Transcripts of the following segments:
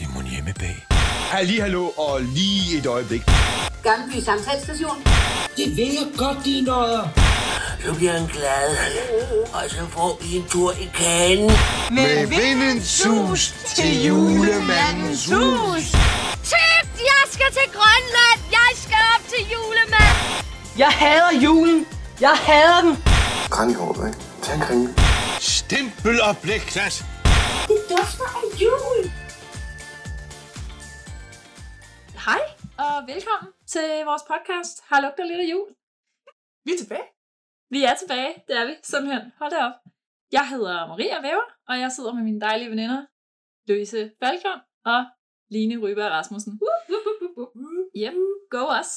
dag. Halli, hallo og lige et øjeblik. Gammelby Samtalsstation. Det ved jeg godt, de nødder. Så bliver han glad, og så får vi en tur i kagen. Med vinden sus til julemandens hus. Tøft, jeg skal til Grønland. Jeg skal op til julemand. Jeg hader julen. Jeg hader den. Kranjehovedet, ikke? Tag en kringle. Stempel og blikklat. Det dufter af jul. Hej, og velkommen til vores podcast. Har lugter lidt af jul. Vi er tilbage. Vi er tilbage, det er vi, simpelthen. Hold da op. Jeg hedder Maria Væver, og jeg sidder med mine dejlige veninder, Løse Falkon og Line Ryberg Rasmussen. Yep, go us.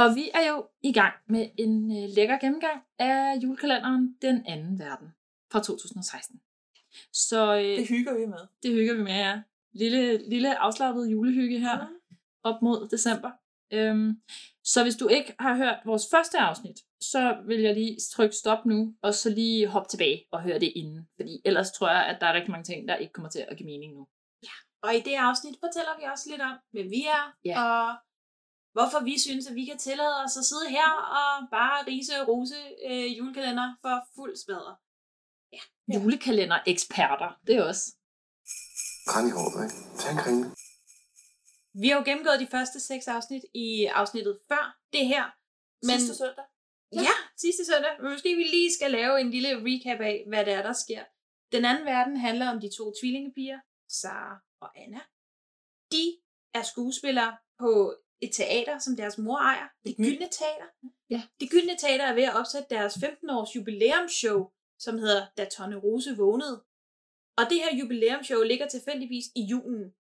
Og vi er jo i gang med en øh, lækker gennemgang af julekalenderen Den Anden Verden fra 2016. Så øh, Det hygger vi med. det hygger vi med jer. Lille, lille afslappet julehygge her Ja. op mod december. Øhm, så hvis du ikke har hørt vores første afsnit, så vil jeg lige trykke stop nu, og så lige hoppe tilbage og høre det inden. Fordi ellers tror jeg, at der er rigtig mange ting, der ikke kommer til at give mening nu. Og i det afsnit fortæller vi også lidt om, hvem vi er, Ja. og hvorfor vi synes, at vi kan tillade os at sidde her og bare rise og rose øh, julekalender for fuld smadre. Ja. Julekalender-eksperter, det er også. Kranjehovedet, ikke? Tag en kringle. Vi har jo gennemgået de første seks afsnit i afsnittet før det her. Men, Sidste søndag? Ja. ja, sidste søndag. Men måske vi lige skal lave en lille recap af, hvad det er, der sker. Den anden verden handler om de to tvillingepiger, Sara og Anna. De er skuespillere på et teater, som deres mor ejer. Det Mhm. gyldne teater. Ja. Det gyldne teater er ved at opsætte deres 15-års jubilæumsshow, som hedder Da Tonne Rose vågnede. Og det her jubilæumsshow ligger tilfældigvis i julen.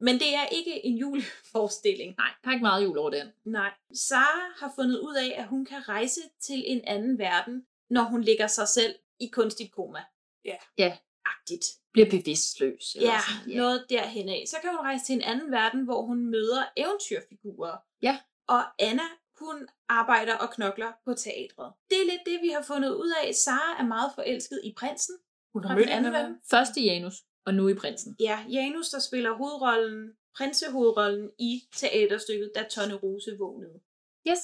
Men det er ikke en juleforestilling. Nej, der er ikke meget jul over den. Nej. Sara har fundet ud af, at hun kan rejse til en anden verden, når hun ligger sig selv i kunstigt koma. Ja. Ja. Agtigt. Bliver bevidstløs. eller Ja, sådan, noget derhen af. Så kan hun rejse til en anden verden, hvor hun møder eventyrfigurer. Ja. Og Anna, hun arbejder og knokler på teatret. Det er lidt det, vi har fundet ud af. Sara er meget forelsket i prinsen. Hun har Fra mødt den anden anden verden. Først i Janus, og nu i prinsen. Ja, Janus, der spiller hovedrollen, prinsehovedrollen i teaterstykket, da Tonne Rose vågnede. Yes.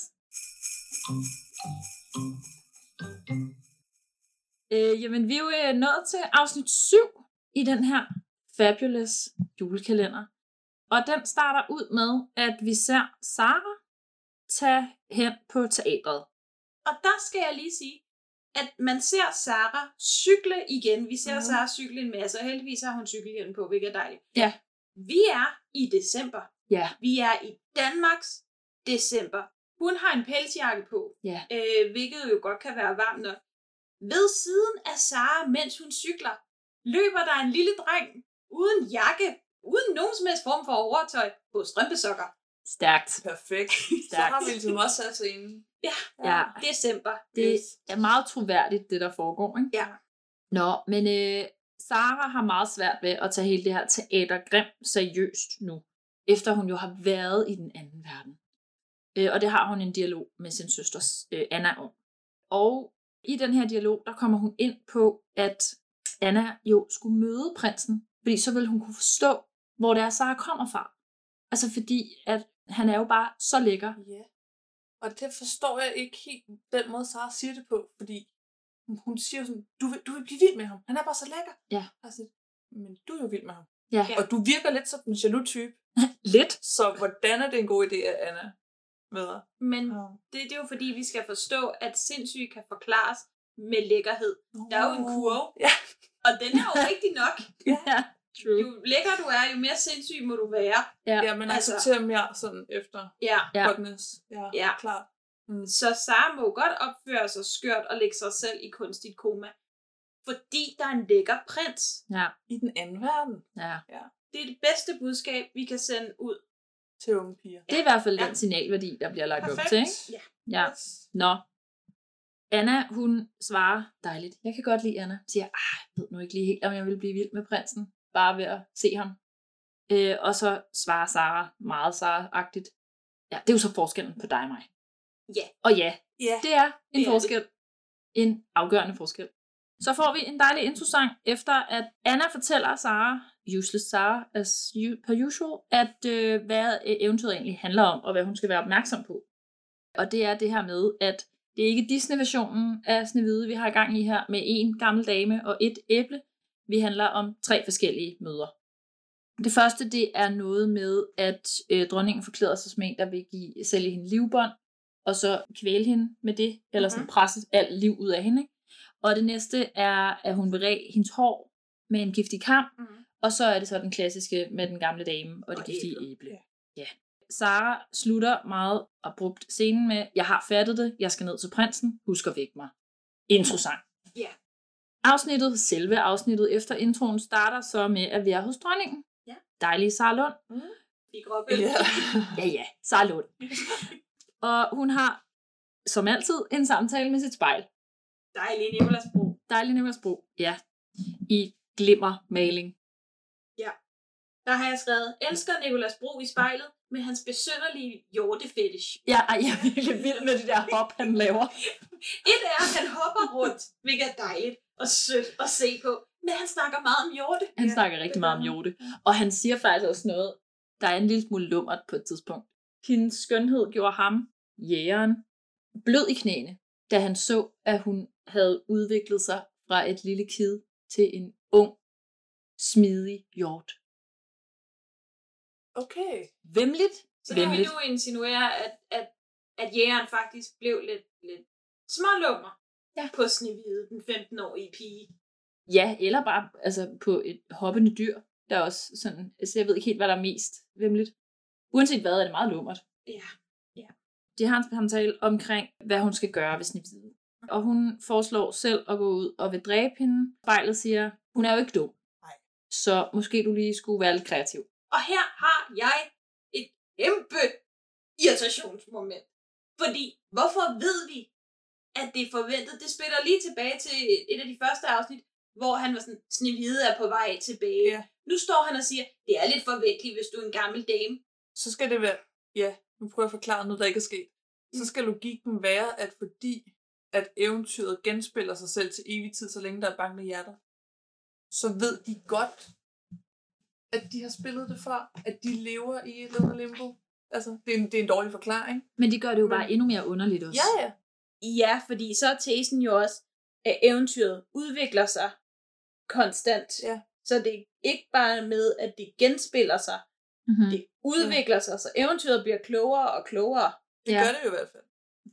Øh, jamen, vi er jo øh, nået til afsnit 7 i den her fabulous julekalender. Og den starter ud med, at vi ser Sara tage hen på teatret. Og der skal jeg lige sige, at man ser Sara cykle igen. Vi ser Mhm. mm. Sara cykle en masse, og heldigvis har hun cykelhjelm på, hvilket er dejligt. Ja. Vi er i december. Ja, Vi er i Danmarks december. Hun har en pelsjakke på, ja. øh, hvilket jo godt kan være varmt nok. Ved siden af Sara, mens hun cykler, løber der en lille dreng uden jakke, uden nogen som helst form for overtøj på strømpesokker. Stærkt. Perfekt. Så har vi ligesom også sat scenen. Ja, Ja. december. Det er meget troværdigt, det der foregår, ikke? Ja. Nå, men øh, Sara har meget svært ved at tage hele det her teatergrim seriøst nu, efter hun jo har været i den anden verden. Øh, og det har hun en dialog med sin søster øh, Anna om. Og i den her dialog, der kommer hun ind på, at Anna jo skulle møde prinsen, fordi så ville hun kunne forstå, hvor det er, Sara kommer fra. Altså fordi, at han er jo bare så lækker. Ja. Og det forstår jeg ikke helt den måde, Sara siger det på, fordi hun- hun siger jo sådan, du vil, du vil blive vild med ham. Han er bare så lækker. Ja. Altså, men du er jo vild med ham. Ja. Og du virker lidt som en jaloux type, Lidt. så hvordan er det en god idé, at Anna møder? Men det, det er jo fordi, vi skal forstå, at sindssyge kan forklares med lækkerhed. Der er jo en kurve, Ja. og den er jo rigtig nok. Ja, true. Jo lækker du er, jo mere sindssyg må du være. Ja. ja, man altså- accepterer mere sådan efter Ja. Ja. hotness. Ja, Ja. klart. Mm. Så Sara må jo godt opføre sig skørt og lægge sig selv i kunstigt koma. Fordi der er en lækker prins. Ja, I den anden verden ja. Det er det bedste budskab, vi kan sende ud. til unge piger. Det er i hvert fald ja. Ja. den signalværdi, der bliver lagt op til, ikke? Ja. Ja. Nå. Anna, hun svarer dejligt. Jeg kan godt lide Anna. Siger, ah, jeg ved nu ikke lige helt, om jeg vil blive vild med prinsen. Bare ved at se ham. Øh, og så svarer Sara meget Sara-agtigt. Ja, det er jo så forskellen på dig og mig. Ja. Og ja, Ja. det er en Det er forskel. En afgørende forskel. Så får vi en dejlig introsang, efter at Anna fortæller Sara Useless Sarah, as u- per usual, at øh, hvad øh, eventyret egentlig handler om, og hvad hun skal være opmærksom på. Og det er det her med, at det er ikke Disney-versionen af Snevide, vi har gang i her, med en gammel dame og et æble. Vi handler om tre forskellige møder. Det første, det er noget med, at øh, dronningen forklæder sig som en, der vil give, sælge hende livbånd, og så kvæle hende med det, eller Mhm. sådan presse alt liv ud af hende. Ikke? Og det næste er, at hun vil ræ hendes hår med en giftig kam, Mhm. og så er det så den klassiske med den gamle dame og det Og giftige æblet. æble. Ja. Sara slutter meget abrupt scenen med, jeg har fattet det, jeg skal ned til prinsen, husk at vække mig. Introsang. Ja. Afsnittet, selve afsnittet efter introen, starter så med, at vi er hos dronningen. Ja. Dejlige Sara Lund. Fik op Ja. Ja, ja, Sara Lund. og hun har, som altid, en samtale med sit spejl. Dejlig Nicolasbro. Dejlig Nikolajsbro. Ja. I glimmermaling. Der har jeg skrevet, elsker Nicolas Bro i spejlet med hans besønderlige hjortefetish. Ja, ej, jeg er virkelig vild med det der hop, han laver. Et er, at han hopper rundt, hvilket er dejligt og sødt at se på. Men han snakker meget om hjorte. Han snakker rigtig meget om Jorde. Og han siger faktisk også noget, der er en lille smule lummert på et tidspunkt. Hendes skønhed gjorde ham, jægeren, blød i knæene, da han så, at hun havde udviklet sig fra et lille kid til en ung, smidig hjort. Okay. Vemligt, Så det vil vemligt. du insinuere, at, at, at jægeren faktisk blev lidt, lidt smålummer Ja. på Snevide, den 15-årige pige. Ja, eller bare altså, på et hoppende dyr, der er også sådan, altså jeg ved ikke helt, hvad der er mest vemmeligt. Uanset hvad, er det meget lummert. Ja. Ja. Det har han samtale omkring, hvad hun skal gøre ved Snevide. Og hun foreslår selv at gå ud og vil dræbe hende. Spejlet siger, hun er jo ikke dum. Nej. Så måske du lige skulle være lidt kreativ. Og her har jeg et kæmpe irritationsmoment. Fordi, hvorfor ved vi, at det er forventet? Det spiller lige tilbage til et af de første afsnit, hvor han var sådan, Snevide er på vej tilbage. Ja. Nu står han og siger, det er lidt forventeligt, hvis du er en gammel dame. Så skal det være... Ja, nu prøver jeg at forklare noget, der ikke er sket. Så skal logikken være, at fordi at eventyret genspiller sig selv til evig tid, så længe der er bankende hjerter, så ved de godt, at de har spillet det før, at de lever i et eller andet limbo. Altså, det er en, det er en dårlig forklaring. Men de gør det jo Men- bare endnu mere underligt også. Ja, ja. Ja, fordi så er tesen jo også, at eventyret udvikler sig konstant. Ja. Så det er ikke bare med, at det genspiller sig. Mm-hmm. Det udvikler sig, så eventyret bliver klogere og klogere. Det Ja. ja. gør det jo i hvert fald.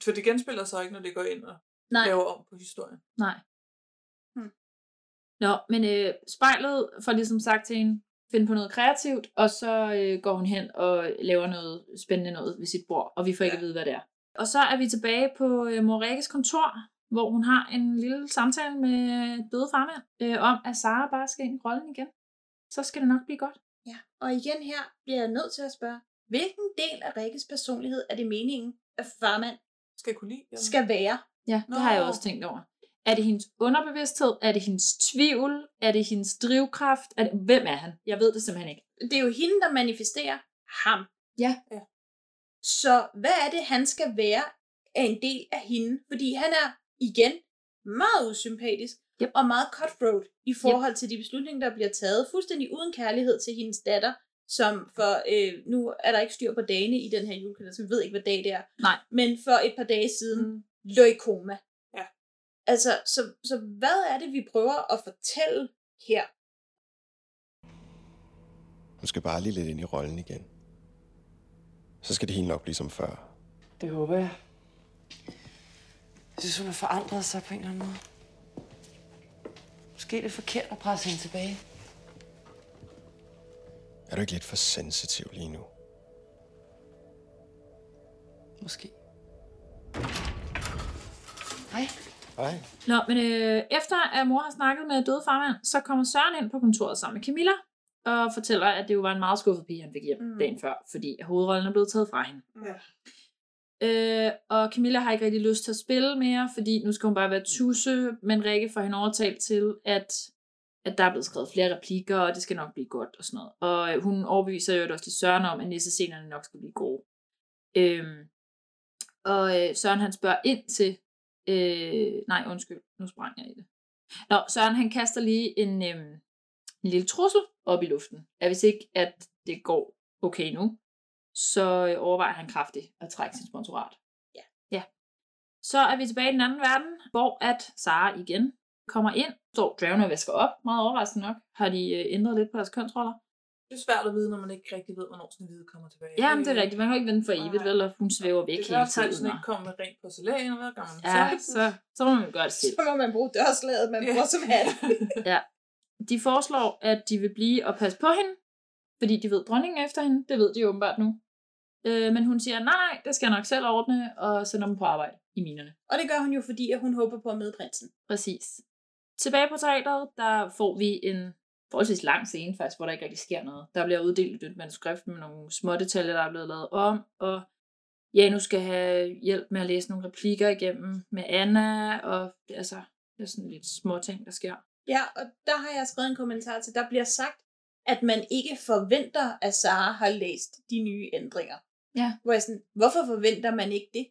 For det genspiller sig ikke, når det går ind og Nej. laver om på historien. Nej. Hmm. Nå, men øh, spejlet får ligesom sagt til hende, finde på noget kreativt, og så øh, går hun hen og laver noget spændende noget ved sit bord, og vi får ikke Ja. at vide, hvad det er. Og så er vi tilbage på øh, Morækkes kontor, hvor hun har en lille samtale med døde farmand, øh, om at Sara bare skal ind i rollen igen. Så skal det nok blive godt. Ja, og igen her bliver jeg nødt til at spørge, hvilken del af Rikkes personlighed er det meningen, at farmand Skal jeg kunne lide? eller? skal være? Ja, det Nå. har jeg også tænkt over. Er det hendes underbevidsthed? Er det hendes tvivl? Er det hendes drivkraft? Er det, hvem er han? Jeg ved det simpelthen ikke. Det er jo hende, der manifesterer ham. Ja. Ja. Så hvad er det, han skal være af en del af hende? Fordi han er igen meget usympatisk Yep. og meget cutthroat i forhold til de beslutninger, der bliver taget, fuldstændig uden kærlighed til hendes datter, som for, øh, nu er der ikke styr på dagene i den her julekalender, så vi ved ikke, hvad dag det er. Nej. Men for et par dage siden, Mm. lå i koma. Ja. Altså, så, så hvad er det, vi prøver at fortælle her? Hun skal bare lige lidt ind i rollen igen. Så skal det hele nok blive som før. Det håber jeg. Jeg synes, hun har forandret sig på en eller anden måde. Måske er det forkert at presse hende tilbage. Er du ikke lidt for sensitiv lige nu? Måske. Hej. Nej. Nå, men øh, efter at mor har snakket med døde farmand, så kommer Søren ind på kontoret sammen med Camilla og fortæller, at det jo var en meget skuffet pige, han fik hjem mm. dagen før, fordi hovedrollen er blevet taget fra hende. Ja. Øh, og Camilla har ikke rigtig lyst til at spille mere, fordi nu skal hun bare være tusse, men Rikke får hende overtalt til, at, at der er blevet skrevet flere replikker, og det skal nok blive godt og sådan noget. Og øh, hun overbeviser jo også til Søren om, at nissescenerne nok skal blive gode. Øhm, og øh, Søren han spørger ind til, øh, nej undskyld, nu sprang jeg i det. Nå, Søren han kaster lige en, øh, en lille trussel op i luften, at hvis ikke at det går okay nu, så øh, overvejer han kraftigt at trække sit sponsorat. Ja. ja. Så er vi tilbage i den anden verden, hvor at Sara igen kommer ind, står Draven og vasker op, meget overraskende nok, har de øh, ændret lidt på deres kønsroller. Det er svært at vide, når man ikke rigtig ved, hvornår sådan en hvide kommer tilbage. Ja, men det er rigtigt, man kan jo ikke vente for evigt, vel, og hun svæver væk Øh, Det kan hele også tiden. sådan og- ikke komme med rent porcelæn, og hvad gør man Ja, så, så må man gøre det selv. Så må man bruge dørslaget, man bruger som hat. Ja. De foreslår, at de vil blive og passe på hende, fordi de ved dronningen er efter hende. Det ved de åbenbart nu. Øh, men hun siger, nej, nej, det skal jeg nok selv ordne, og sender dem på arbejde i minerne. Og det gør hun jo, fordi at hun håber på at møde prinsen. Præcis. Tilbage på teateret, der får vi en forholdsvis lang scene faktisk, hvor der ikke rigtig sker noget. Der bliver uddelt et nyt manuskript med nogle små detaljer, der er blevet lavet om, og Janus skal have hjælp med at læse nogle replikker igennem med Anna, og altså, det er sådan lidt små ting, der sker. Ja, og der har jeg skrevet en kommentar til, der bliver sagt, at man ikke forventer, at Sara har læst de nye ændringer. Ja. Hvor jeg sådan, hvorfor forventer man ikke det?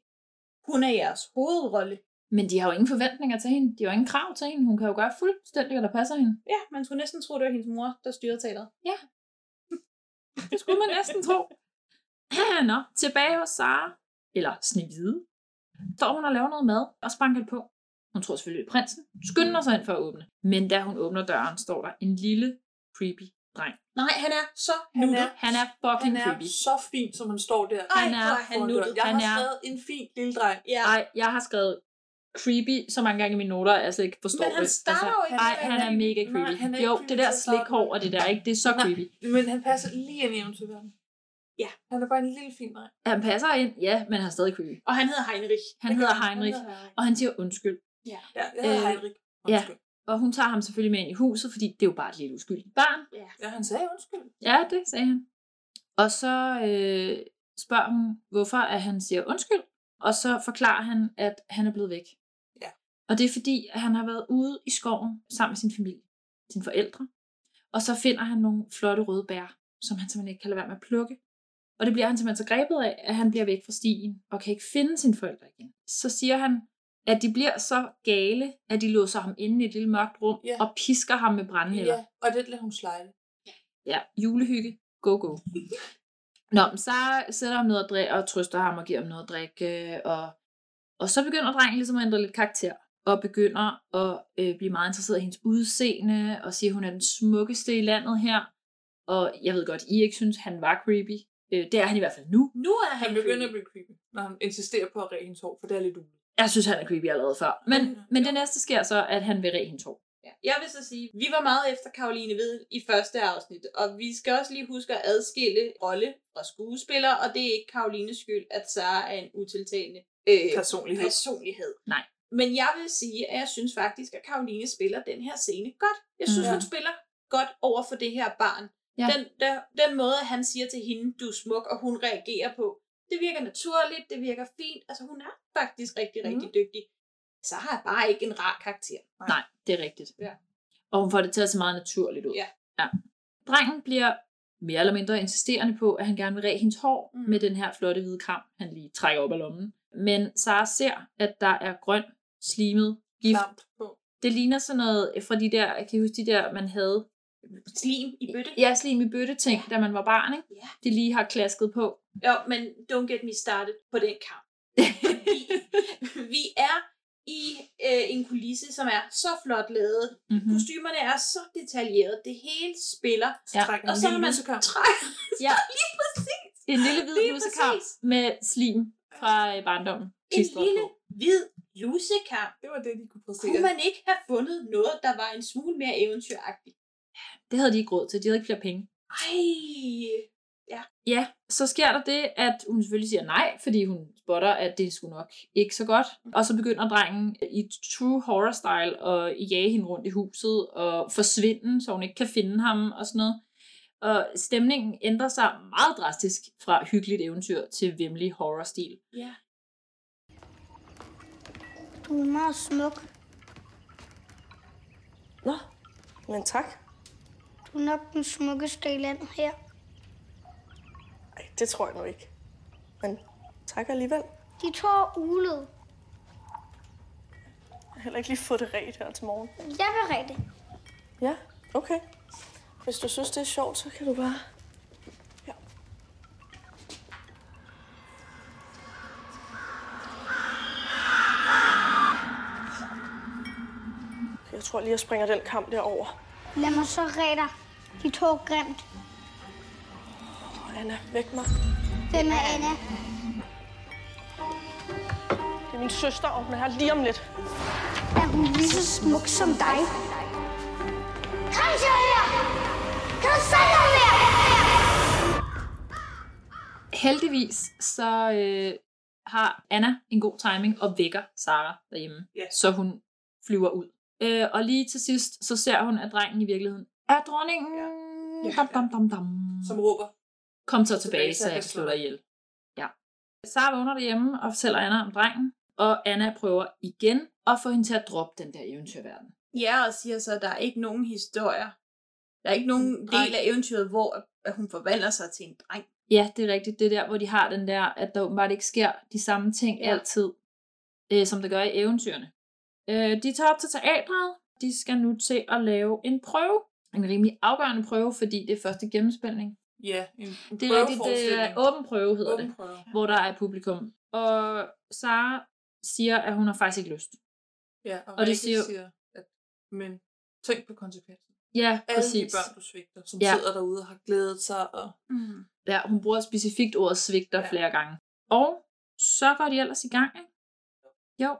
Hun er jeres hovedrolle. Men de har jo ingen forventninger til hende. De har jo ingen krav til hende. Hun kan jo gøre fuldstændig, hvad der passer hende. Ja, man skulle næsten tro, det var hendes mor, der styrede teateret. Ja. Det skulle man næsten tro. Nå, tilbage hos Sara, eller Snevide, står hun og laver noget mad og spanker på. Hun tror selvfølgelig, det er prinsen. Skynder sig ind for at åbne. Men da hun åbner døren, står der en lille, creepy dreng. Nej, han er så Han nuttet. er, Han er fucking han er creepy. så fin, som han står der. Ej, han er- hvor er han foran døren. nuttet. Jeg Han har er- skrevet en fin lille dreng. Ja. Nej, jeg har skrevet creepy så mange gange i mine noter, at jeg slet ikke forstår Men han det. starter jo ikke Nej, med at han er være- mega Nej, creepy. han er ikke jo, creepy det der til at starte slikhår og det der, ikke? det er så creepy. Men han passer lige ind i eventyrverdenen. Ja. Han er bare en lille fin dreng. Han passer ind, ja, men han er stadig creepy. Og han hedder Heinrich. Han hedder Heinrich, og han siger undskyld. Ja. Ja, jeg hedder Øh, Heinrich. ja. Undskyld. Og hun tager ham selvfølgelig med ind i huset, fordi det er jo bare et lille uskyldigt barn. Ja, han sagde undskyld. Ja, det sagde han. Og så øh, spørger hun, hvorfor at han siger undskyld. Og så forklarer han, at han er blevet væk. Ja. Og det er fordi, at han har været ude i skoven sammen med sin familie, sine forældre. Og så finder han nogle flotte røde bær, som han simpelthen ikke kan lade være med at plukke. Og det bliver han simpelthen så grebet af, at han bliver væk fra stien og kan ikke finde sine forældre igen. Så siger han, at de bliver så gale, at de låser ham inde i et lille mørkt rum Ja. og pisker ham med brændenælder. Ja, og det lader hun slide. Ja, julehygge. Go, go. Nå, men så sætter ham noget at drikke, og trøster ham og giver ham noget at drikke, øh, og, og så begynder drengen ligesom at ændre lidt karakter, og begynder at øh, blive meget interesseret i hendes udseende, og siger, at hun er den smukkeste i landet her, og jeg ved godt, I ikke synes, han var creepy. Øh, det er han i hvert fald nu. Nu er han, Han begynder at blive creepy, når han insisterer på at ræge hendes hår, for det er lidt uligt. Jeg synes, han er creepy allerede før. Men, Mhm. men det næste sker så, at han vil ræge hendes hår. Ja. Jeg vil så sige, vi var meget efter Karoline Ved i første afsnit, og vi skal også lige huske at adskille rolle fra skuespiller, og det er ikke Karolines skyld, at Sara er en utiltalende øh, Personlighed. personlighed. Nej. Men jeg vil sige, at jeg synes faktisk, at Karoline spiller den her scene godt. Jeg synes, Mhm. mm. hun spiller godt over for det her barn. Ja. Den, der, den måde, han siger til hende, du er smuk, og hun reagerer på, det virker naturligt, det virker fint. Altså, hun er faktisk rigtig, rigtig dygtig. Så har jeg bare ikke en rar karakter. Nej, det er rigtigt. Ja. Og hun får det til at se meget naturligt ud. Ja. ja. Drengen bliver mere eller mindre insisterende på, at han gerne vil ræge hendes hår mm. Mm. med den her flotte hvide kram, han lige trækker op af lommen. Men Sara ser, at der er grøn, slimet gift. Klamt på. Det ligner sådan noget fra de der, jeg kan I huske de der, man havde. Slim i bøtte. Ja, slim i bøtte ting, ja. da man var barn, ikke? Ja. Det lige har klasket på. Jo, men don't get me started på den kamp. vi er i øh, en kulisse, som er så flot lavet. Mm-hmm. Kostymerne er så detaljeret. Det hele spiller. Ja. Trækker Og en så har lille man lusekam. træk- Ja. lige præcis. En lille hvid Lige lusekamp præcis. med slim fra øh, barndommen. En klistret lille på. hvid lusekamp. Det var det, de kunne præstere. Kunne man ikke have fundet noget, der var en smule mere eventyragtigt? Det havde de ikke råd til. De havde ikke flere penge. Ej, Ja, så sker der det, at hun selvfølgelig siger nej, fordi hun spotter, at det skulle nok ikke så godt. Og så begynder drengen i true horror style at jage hende rundt i huset og forsvinde, så hun ikke kan finde ham og sådan noget. Og stemningen ændrer sig meget drastisk fra hyggeligt eventyr til vemmelig horror-stil. ja. Du er meget smuk. Nå, men tak. Du er nok den smukkeste i landet her. Ej, det tror jeg nu ikke. Men tak alligevel. De to er ulede. Jeg har heller ikke lige fået det ret her til morgen. Jeg vil rigtig. Ja, okay. Hvis du synes, det er sjovt, så kan du bare... Ja. Jeg tror lige, jeg springer den kamp derover. Lad mig så redde dig. De to grimt. Åh, Anna, væk mig. Den er Anna. Det er min søster, og hun er her lige om lidt. Er hun lige så smuk som dig? Kom så her! Kom så her! Heldigvis så øh, har Anna en god timing og vækker Sara derhjemme, Ja. så hun flyver ud. Øh, og lige til sidst, så ser hun, at drengen i virkeligheden er dronningen. Ja. Dam, dam, dam, dam. Som råber. Kom så tilbage, Tilbage, så jeg kan slå dig ihjel. Ja. Sara vågner derhjemme og fortæller Anna om drengen, og Anna prøver igen at få hende til at droppe den der eventyrverden. Ja, og siger så, at der er ikke nogen historier. Der er ikke nogen Nej. del af eventyret, hvor at- at hun forvandler sig til en dreng. Ja, det er rigtigt. Det er der, hvor de har den der, at der åbenbart ikke sker de samme ting ja. altid, øh, som der gør i eventyrene. Øh, de tager op til teatret. De skal nu til at lave en prøve. En rimelig afgørende prøve, fordi det er første gennemspilning. Ja, en, en Det er rigtigt, det er åben prøve, hedder Åben det, prøve. hvor der er publikum. Og Sara siger, at hun har faktisk ikke lyst. Ja, og, Og og det det siger siger, jo- siger at, men tænk på konsekvensen. Ja, Alle præcis. de børn, du svigter, som Ja. ja. sidder derude og har glædet sig. Og, Mm. Ja, hun bruger specifikt ordet svigter ja. Ja. flere gange. Og så går de ellers i gang, ikke? Jo.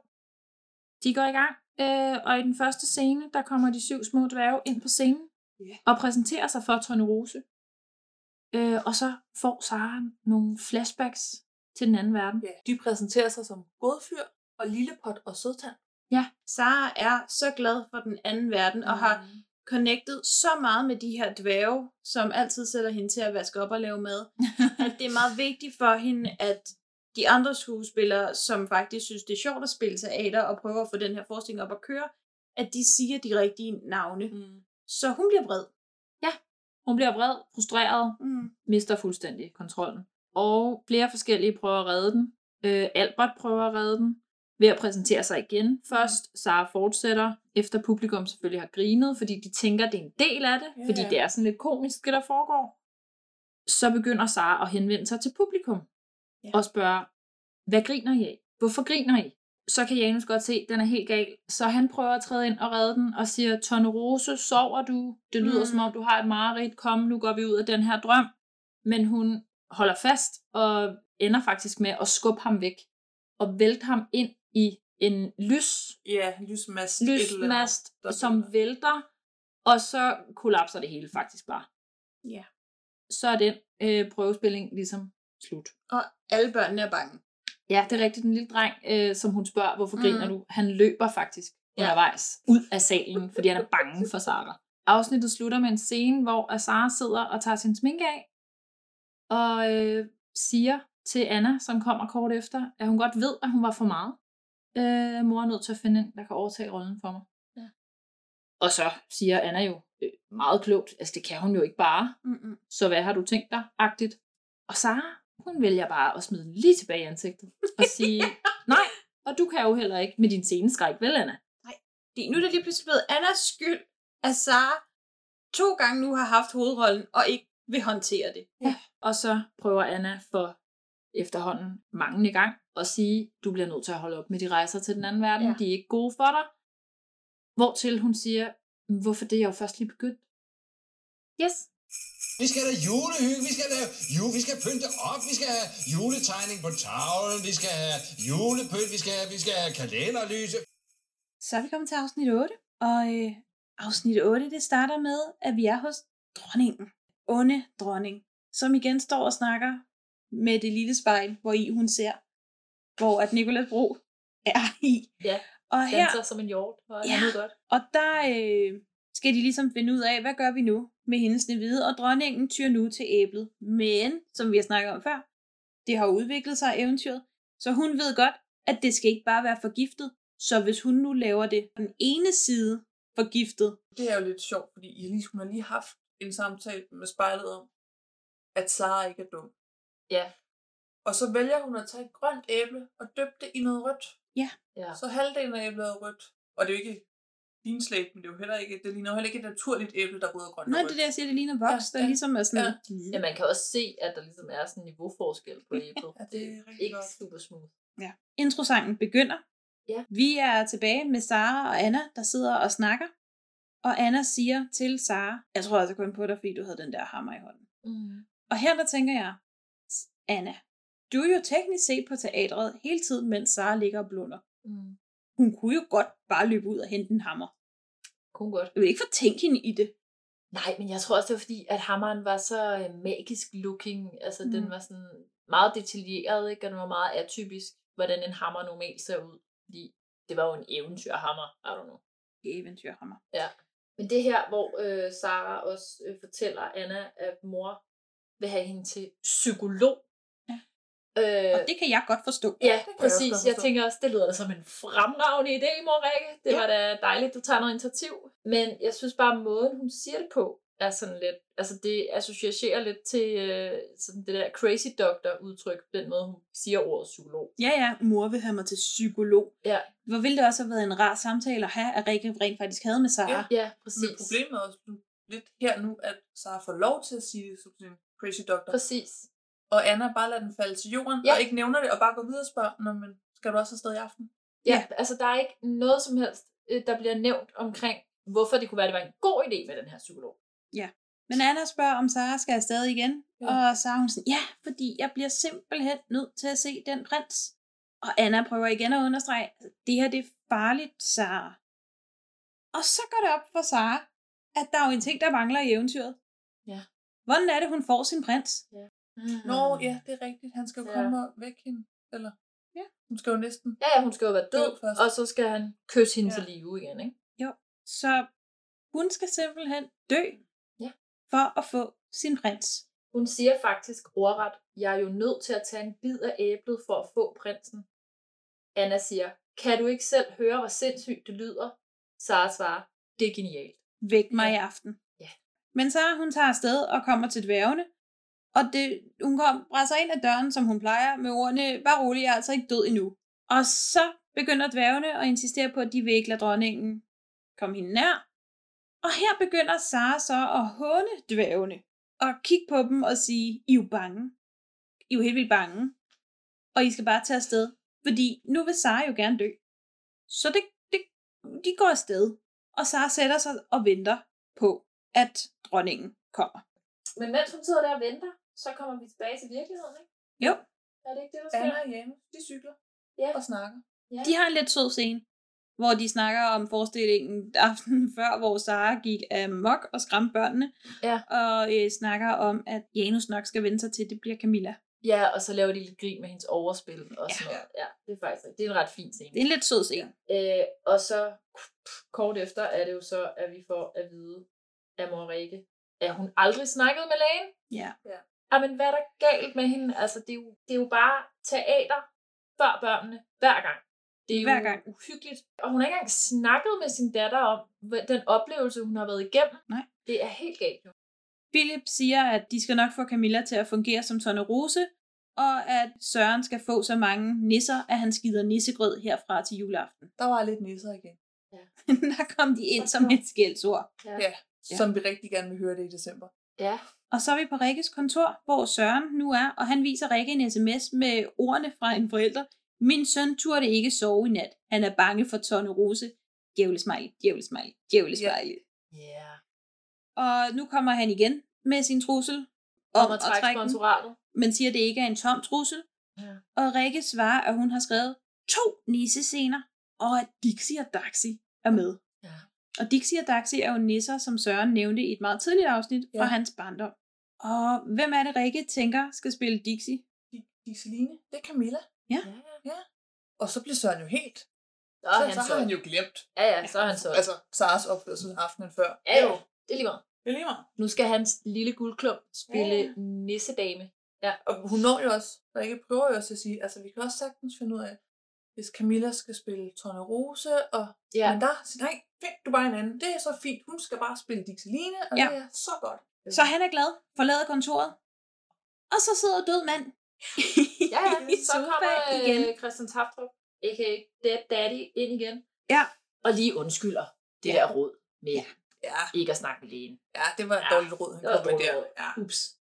De går i gang, øh, og i den første scene, der kommer de syv små dværge ind på scenen Ja. og præsenterer sig for Tone Rose. Øh, og så får Sara nogle flashbacks til den anden verden. ja. De præsenterer sig som godfyr og lillepot og sødtand. Sara er så glad for den anden verden, og har connectet så meget med de her dværge, som altid sætter hende til at vaske op og lave mad, at det er meget vigtigt for hende, at de andre skuespillere, som faktisk synes, det er sjovt at spille teater og prøver at få den her forestilling op at køre, at de siger de rigtige navne. Mm. Så hun bliver vred. Hun bliver vred, frustreret, Mm. mister fuldstændig kontrollen. Og flere forskellige prøver at redde den. Øh, Albert prøver at redde den ved at præsentere sig igen først. Sara fortsætter, efter publikum selvfølgelig har grinet, fordi de tænker, det er en del af det, Ja, fordi ja. det er sådan lidt komisk, det der foregår. Så begynder Sara at henvende sig til publikum Ja. og spørge, hvad griner I af? Hvorfor griner I? Så kan Janus godt se, at den er helt gal. Så han prøver at træde ind og redde den og siger, Tonne Rose, sover du? Det lyder mm. Mm. som om, du har et mareridt. Kom, nu går vi ud af den her drøm. Men hun holder fast og ender faktisk med at skubbe ham væk og vælte ham ind i en lys, Ja, lysmast. et eller andet, lysmast, der som vælter. vælter, og så kollapser det hele faktisk bare. Ja. Så er den øh, prøvespilling ligesom slut. Og alle børnene er bange. Ja, det er rigtigt. Den lille dreng, øh, som hun spørger, hvorfor Mm. griner du? Han løber faktisk Ja. undervejs ud af salen, fordi han er bange for Sara. Afsnittet slutter med en scene, hvor at Sara sidder og tager sin sminke af, og øh, siger til Anna, som kommer kort efter, at hun godt ved, at hun var for meget. Øh, mor er nødt til at finde en, der kan overtage rollen for mig. Ja. Og så siger Anna jo øh, meget klogt, altså det kan hun jo ikke bare Mm-mm. så hvad har du tænkt dig, agtigt. Og Sara, hun vælger bare at smide den lige tilbage i ansigtet og sige, nej, og du kan jo heller ikke med din sceneskræk, vel Anna? Fordi nu er det lige pludselig blevet Annas skyld, at Sara to gange nu har haft hovedrollen og ikke vil håndtere det. Og så prøver Anna for efterhånden mangende gang at sige, du bliver nødt til at holde op med de rejser til den anden verden, ja. Ja. de er ikke gode for dig. Hvortil hun siger, hvorfor det er jeg jo først lige begyndt. Yes, Vi skal have julehygge, vi skal have jule, vi skal pynte op, vi skal have juletegning på tavlen, vi skal have julepynt, vi skal have, vi skal have kalenderlyse. Så er vi kommet til afsnit 8, og øh, afsnit 8, det starter med, at vi er hos dronningen. Onde dronning, som igen står og snakker med det lille spejl, hvor i hun ser, hvor at Nicolas Bro er i. Ja, og her, danser som en hjort, og Ja. andet godt. og der øh, skal de ligesom finde ud af, hvad gør vi nu med hendes nevide, og dronningen tyr nu til æblet. Men, som vi har snakket om før, det har udviklet sig eventyret, så hun ved godt, at det skal ikke bare være forgiftet, så hvis hun nu laver det på den ene side forgiftet, Det er jo lidt sjovt, fordi I lige, hun har lige haft en samtale med spejlet om, at Sara ikke er dum. Ja. Og så vælger hun at tage et grønt æble og døbe det i noget rødt. Ja. Ja. Så halvdelen af æblet er rødt. Og det er jo ikke din slæb, men det er jo heller ikke, det ligner jo heller ikke et naturligt æble, der rød og grønt. Nå, det er det, jeg siger, det ligner voks, der ligesom er sådan... Ja, man kan også se, at der ligesom er sådan en niveauforskel på æblet. ja, det er ikke godt. super smooth. Ja. Introsangen begynder. Ja. Vi er tilbage med Sara og Anna, der sidder og snakker. Og Anna siger til Sara, jeg tror altså kun på dig, fordi du havde den der hammer i hånden. Mm. Og her der tænker jeg, Anna, du er jo teknisk set på teatret hele tiden, mens Sara ligger og blunder. Mm. Hun kunne jo godt bare løbe ud og hente en hammer. Kunne godt. Jeg vil ikke fortænke hende i det. Nej, men jeg tror også, det var fordi, at hammeren var så øh, magisk looking. Altså, mm. Mm. den var sådan meget detaljeret, ikke? og den var meget atypisk, hvordan en hammer normalt ser ud. Fordi det var jo en eventyrhammer, I don't know. Eventyrhammer. Ja. Men det her, hvor øh, Sara også øh, fortæller Anna, at mor vil have hende til psykolog. Ja. Øh, Og det kan jeg godt forstå. Ja, præcis. Jeg tænker også, det lyder da som en fremragende idé, mor Rikke. Det Ja. ja. var da dejligt, du tager noget initiativ. Men jeg synes bare, måden hun siger det på, er sådan lidt... Altså, det associerer lidt til øh, sådan det der crazy doctor-udtryk, den måde, hun siger ordet psykolog. Ja, ja, mor vil have mig til psykolog. Ja. Hvor ville det også have været en rar samtale at have, at Rikke rent faktisk havde med Sara. Men problemet er også nu- lidt her nu, at Sara får lov til at sige det som sin crazy doctor. Præcis. Og Anna bare lader den falde til jorden, ja. og ikke nævner det, og bare går videre og spørger, Nå, men skal du også afsted i aften? Ja, ja, altså der er ikke noget som helst, øh, der bliver nævnt omkring, hvorfor det kunne være, at det var en god idé med den her psykolog. Ja. Men Anna spørger, om Sara skal afsted igen. Ja. Og Sara hun sådan, ja, fordi jeg bliver simpelthen nødt til at se den prins. Og Anna prøver igen at understrege, "Altså, det her det er farligt, Sara. Og så går det op for Sara, at der er jo en ting, der mangler i eventyret. Ja. Hvordan er det, hun får sin prins? Ja. Mm. Nå, ja, det er rigtigt. Han skal jo Øhm. Ja. ja. komme og væk hende. Eller? Ja. Hun skal jo næsten... Ja, ja, hun skal jo være død, først. og så skal han kysse hende ja. til live igen, ikke? Jo, så hun skal simpelthen dø Ja. for at få sin prins. Hun siger faktisk ordret, jeg er jo nødt til at tage en bid af æblet for at få prinsen. Anna siger, kan du ikke selv høre, hvor sindssygt det lyder? Sara svarer, det er genialt. Væk mig ja. i aften. Ja. Men så hun tager afsted og kommer til dværgene, og det, hun kom, brænder ind ad døren, som hun plejer, med ordene, bare rolig, jeg er altså ikke død endnu. Og så begynder dværgene at insistere på, at de vil ikke lade dronningen komme hende nær. Og her begynder Sara så at håne dværgene, og kigge på dem og sige, I er jo bange. I er jo helt vildt bange. Og I skal bare tage afsted, fordi nu vil Sara jo gerne dø. Så det, det, de går afsted, og Sara sætter sig og venter på, at dronningen kommer. Men mens hun sidder der og venter, så kommer vi tilbage til virkeligheden, ikke? Jo, Er det ikke det, der sker? Anna og Jane, de cykler ja. og snakker. Ja. de har en lidt sød scene, hvor de snakker om forestillingen aftenen før, hvor Sara gik amok og skræmte børnene, ja. og øh, snakker om, at Janus nok skal vende sig til, at det bliver Camilla. ja, og så laver de lidt grin med hendes overspil og sådan noget. Ja, det er faktisk det er en ret fin scene. Det er en lidt sød scene. Øh, og så kort efter er det jo så, at vi får at vide af mor Rikke, at hun aldrig snakkede med lægen. Ja. ja. Jamen, hvad er der galt med hende? Altså, det er jo, det er jo bare teater før børnene, hver gang. Det er Hver jo gang. uhyggeligt. Og hun har ikke engang snakket med sin datter om hvad- den oplevelse, hun har været igennem. Nej. Det er helt galt jo. Philip siger, at de skal nok få Camilla til at fungere som Tonne Rose, og at Søren skal få så mange nisser, at han skider nissegrød herfra til juleaften. Der var lidt nisser igen. Der kom de ind som et skældsord. Ja. ja. Som vi rigtig gerne vil høre det i december. Ja. Og så er vi på Rikkes kontor, hvor Søren nu er, og han viser Rikke en sms med ordene fra en forælder. Min søn turde ikke sove i nat. Han er bange for Tonne Rose. Djævlesmejl, djævlesmejl, djævlesmejl. Yeah. Ja. Og nu kommer han igen med sin trussel Om at trække den, sponsoratet. men siger, at det ikke er en tom trussel. Ja. Og Rikke svarer, at hun har skrevet to nissescener, og at Dixie og Daxi er med. Ja. Og Dixie og Daxi er jo nisser, som Søren nævnte i et meget tidligt afsnit fra Ja. hans barndom. Og hvem er det, Rikke tænker skal spille Dixie? Giseline, det er Camilla. Ja. ja. Og så bliver Søren jo helt. Så, så, er han så har solgt. han jo glemt. Ja, ja, så er han solgt. Altså, Saras opførsel aftenen før. Ja, jo. Det er lige meget. Det er lige meget. Nu skal hans lille guldklump spille Ja, ja. nissedame. Ja. Og hun når jo også, der ikke prøver jo også at sige, altså vi kan også sagtens finde ud af, hvis Camilla skal spille Tone Rose, og Ja. men der siger, nej, find du bare en anden. Det er så fint, hun skal bare spille Dixeline, og Ja. ja. det er så godt. Så han er glad, forlader kontoret, og så sidder død mand. Ja, ja. Så sofa kommer igen. igen. Christian Taftrup, a.k.a. Dead Daddy, ind igen. Ja. Og lige undskylder. det der råd med ja. ikke at snakke med lægen. Ja, det var et dårligt råd, han det var et kom med dårligt der. råd. Ja. Ups.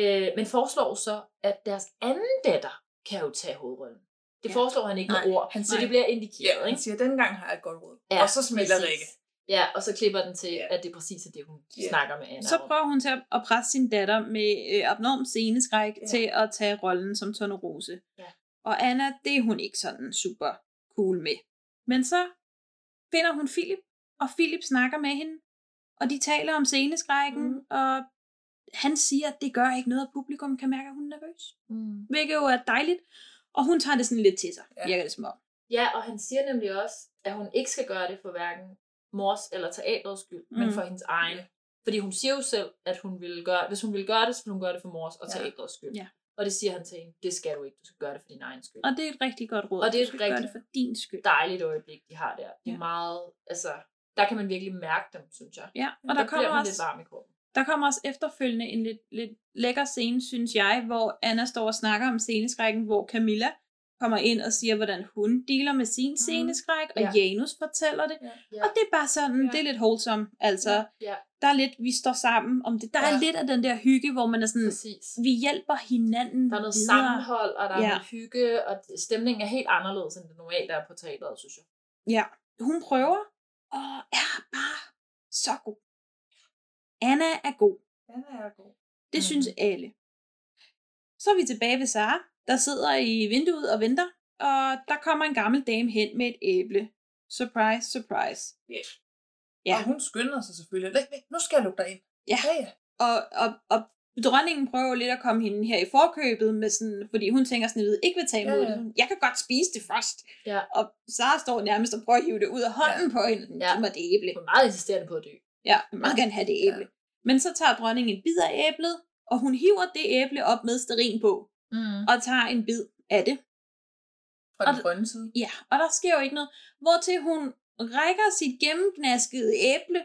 Øh, men foreslår så, at deres anden datter kan jo tage hovedrollen. Det ja. foreslår han ikke med Nej, ord, han så siger- det bliver indikeret. Ja, ikke? han siger, dengang har jeg et godt råd. Ja, og så smiler præcis. Rikke. Ja, og så klipper den til, at det er præcis er det, hun Ja. snakker med Anna Så om. prøver hun til at- at presse sin datter med øh, abnorm sceneskræk ja. til at tage rollen som Tone Rose. Ja. Og Anna, det er hun ikke sådan super cool med. Men så finder hun Philip, og Philip snakker med hende, og de taler om sceneskrækken, mm. Mhm. og han siger, at det gør ikke noget, at publikum kan mærke, at hun er nervøs. Mm. Hvilket jo er dejligt, og hun tager det sådan lidt til sig, ja. virker det som om. Ja, og han siger nemlig også, at hun ikke skal gøre det for hverken mors eller teatrets skyld, mm. men Mm. for hendes egen. Fordi hun siger jo selv, at hun ville gøre, hvis hun ville gøre det, så ville hun gøre det for mors og Ja. teatrets skyld. Ja. Og det siger han til hende, det skal du ikke, du skal gøre det for din egen skyld. Og det er et rigtig godt råd. og det er Du et skal gøre rigtig det for din skyld. dejligt øjeblik, de har der. Det er meget, altså, der kan man virkelig mærke dem, synes jeg. Ja, og der, der kommer bliver man også- lidt varm i kroppen. Der kommer også efterfølgende en lidt, lidt lækker scene, synes jeg, hvor Anna står og snakker om sceneskrækken, hvor Camilla kommer ind og siger, hvordan hun dealer med sin sceneskræk, og Mhm. Ja. Janus fortæller det. Ja. Og det er bare sådan, det er lidt wholesome. Altså, Ja. der er lidt, vi står sammen om det. Der er Ja. lidt af den der hygge, hvor man er sådan, Præcis. vi hjælper hinanden mm. Der er noget videre. sammenhold, og der er Ja. noget hygge, og stemningen er helt anderledes, end det normalt er på teateret, synes jeg. Ja, hun prøver, og er bare så god. Anna er god. Anna er god. Mm. Det synes alle. Så er vi tilbage ved Sara, der sidder i vinduet og venter, og der kommer en gammel dame hen med et æble. Surprise, surprise. Ja. Ja. Og hun skynder sig selvfølgelig. Læg, væk, nu skal jeg lukke dig ind. Ja, og, og, og dronningen prøver jo lidt at komme hende her i forkøbet, med sådan, fordi hun tænker sådan, at jeg ikke vil tage Ja, imod ja. det. Jeg kan godt spise det først. Ja. Og Sara står nærmest og prøver at hive det ud af hånden ja. på hende. Ja. Giv mig det æble. Hun er meget insisterende på at dø. Ja, jeg vil meget gerne have det æble. Ja. Men så tager dronningen en bid af æblet, og hun hiver det æble op med sterin på, Mm. og tager en bid af det. Fra Og den grønne side. Ja, og der sker jo ikke noget. Hvortil hun rækker sit gennemgnaskede æble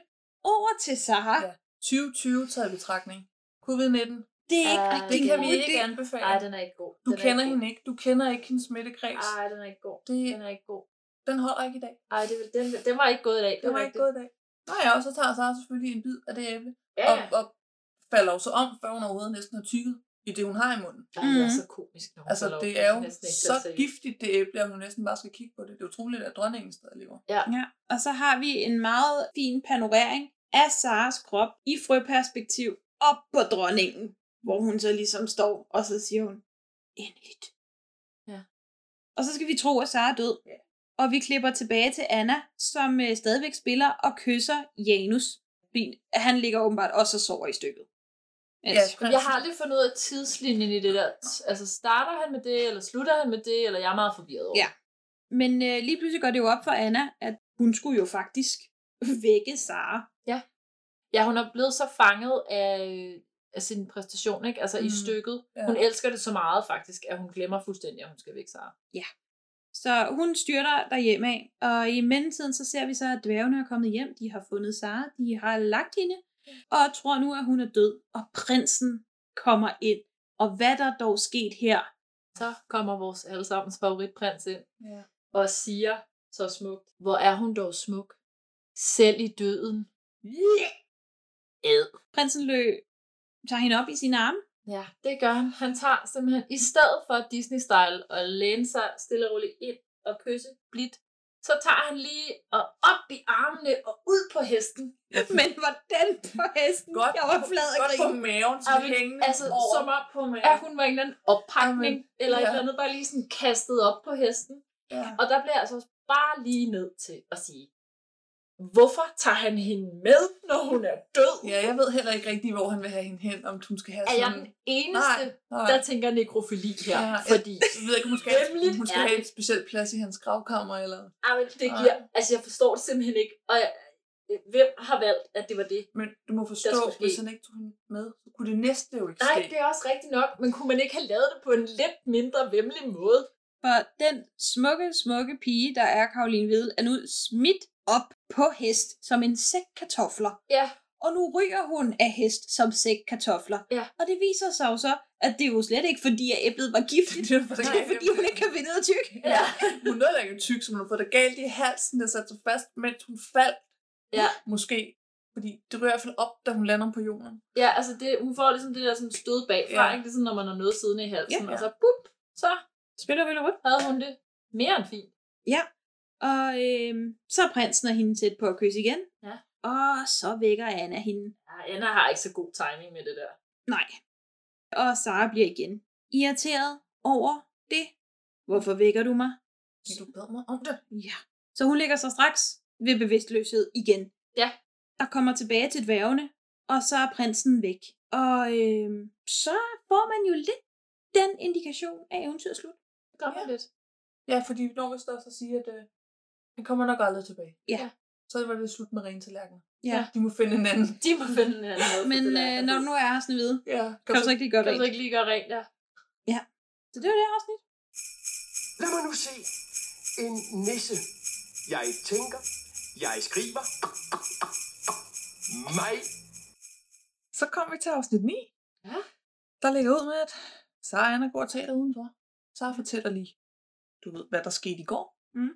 over til Sara. Ja. 2020 taget i betragtning. Covid-19. Det er ikke Ej, rigtig Ah, Det kan vi god ikke idé. anbefale. Nej, den er ikke god. Du den er kender ikke hende ikke. Du kender ikke hendes smittekreds. Nej, den er ikke god. Det, Den er ikke god. den holder ikke i dag. Ej, det, den, den var ikke god i dag. Den var ikke god i dag. Nå ja, og så tager Sara selvfølgelig en bid af det æble. Ja, Og, ja. og falder jo så om, før hun overhovedet næsten har tykket i det, hun har i munden. Ej, det er så komisk, når hun Altså, falder over. det Jeg er kan jo næsten ikke så selv se. giftigt, det æble, at hun næsten bare skal kigge på det. Det er utroligt, at dronningen stadig lever. Ja, og så har vi en meget fin panorering af Saras krop i frøperspektiv op på dronningen, hvor hun så ligesom står, og så siger hun, endeligt. Ja. Og så skal vi tro, at Sara er død. Ja. Og vi klipper tilbage til Anna, som øh, stadigvæk spiller og kysser Janus. Fint. Han ligger åbenbart også og sover i stykket. Ja, Ellers- Men Jeg har aldrig fundet ud af tidslinjen i det der. Altså, starter han med det, eller slutter han med det, eller jeg er meget forvirret over. Ja. Men øh, lige pludselig går det jo op for Anna, at hun skulle jo faktisk vække Sara. Ja, hun er blevet så fanget af, af sin præstation, ikke? Altså, mm. i Mm. stykket. Ja. Hun elsker det så meget, faktisk, at hun glemmer fuldstændig, at hun skal væk sig. Så hun styrter derhjemme af, og i mellemtiden så ser vi så, at dværgene er kommet hjem, de har fundet Sara, de har lagt hende, og tror nu, at hun er død, og prinsen kommer ind. Og hvad der dog sket her? Så kommer vores allesammens favoritprins ind Ja. og siger så smukt, hvor er hun dog smuk. Selv i døden. Ed. Prinsen løb, tager hende op i sine arme. Ja, det gør han. Han tager simpelthen, i stedet for Disney-style og læne sig stille og roligt ind og kysse blidt, så tager han lige og op i armene og ud på hesten. Men hvordan på hesten? Godt, Jeg var flad og godt på grin. maven, så Og vi- hængende altså, over. som op på maven. At hun var en eller anden oppakning, Jamen, eller et ja. eller andet, bare lige sådan kastet op på hesten. Ja. Og der bliver jeg altså også bare lige nødt til at sige, hvorfor tager han hende med, når hun er død? Ja, jeg ved heller ikke rigtig, hvor han vil have hende hen, om hun skal have Er jeg sådan... den eneste, Nej, nej. der tænker nekrofili her? Ja, fordi jeg ved ikke, om hun skal, om hun skal er have en det. speciel plads i hans gravkammer, eller... Ej, men det Nej. giver, altså jeg forstår det simpelthen ikke. Og jeg, hvem har valgt, at det var det? Men du må forstå, Der skulle ske. hvis han ikke tog hende med, så kunne det næste jo ikke Nej, ske. det er også rigtigt nok, men kunne man ikke have lavet det på en lidt mindre vemmelig måde? For den smukke, smukke pige, der er Karoline Vedel, er nu smidt op på hest som en sæk kartofler. Ja, Og nu ryger hun af hest som sæk kartofler. Ja. Og det viser sig jo så, at det er jo slet ikke fordi, at æblet var giftigt. Det er for- det er fordi, hun ikke kan finde ud af tyk. ja. Hun nåede ikke tyk, som hun har fået det galt i halsen, der satte sig fast, mens hun faldt. Ja. Måske. Fordi det ryger i hvert fald op, da hun lander på jorden. Ja, altså det, hun får ligesom det der sådan stød bagfra, Ja. ja. ikke? Det er sådan, når man har noget siddende i halsen, Ja. ja. og så bup, så Spiller vi ud. havde hun det mere end fint. Ja, og øhm, så er prinsen og hende tæt på at kysse igen. Ja. Og så vækker Anna hende. Ja, Anna har ikke så god timing med det der. Nej. Og Sara bliver igen irriteret over det. Hvorfor vækker du mig? Du bad mig om det. Ja. Så hun ligger sig straks ved bevidstløshed igen. Ja. Og kommer tilbage til dværgene, og så er prinsen væk. Og øh, så får man jo lidt den indikation af eventyret slut. Det gør ja. lidt. Ja, fordi når vi står så siger, at øh, han kommer nok aldrig tilbage. Ja. Så var det slut med rene tallerkener. Ja. De må finde en anden. De må finde en anden måde. Men øh, når du nu er her, Snevide, Ja. kan du så ikke lige gøre Kan rent? du altså ikke lige gøre rent, ja. Ja. Så det var det her afsnit. Lad mig nu se. En nisse. Jeg tænker. Jeg skriver. Mig. Så kom vi til afsnit 9. Ja. Der ligger ud med, at Sara og Anna går og taler udenfor. Sara fortæller lige, du ved, hvad der skete i går. Mm.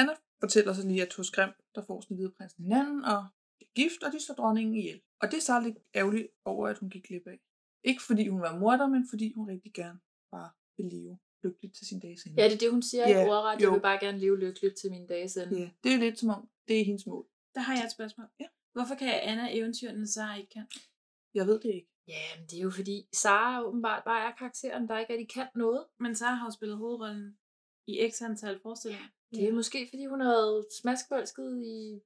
Anna fortæller så lige, at hos Grim, der får sådan hvide prinsen hinanden, og de er gift, og de slår dronningen ihjel. Og det er Sara lidt ærgerlig over, at hun gik glip af. Ikke fordi hun var morder, men fordi hun rigtig gerne bare vil leve lykkeligt til sin dages ende. Ja, det er det, hun siger Ja, i ordret. Jeg jo. vil bare gerne leve lykkeligt til mine dage sende. Mm. Ja, Øh, det er jo lidt som om, det er hendes mål. Der har jeg et spørgsmål. Ja. Hvorfor kan Anna eventyrene så ikke kan? Jeg ved det ikke. Ja, men det er jo fordi, Sara åbenbart bare er karakteren, der ikke rigtig kan noget. Men så har jo spillet hovedrollen i x antal forestillinger. Det er måske, fordi hun havde smaskforelsket i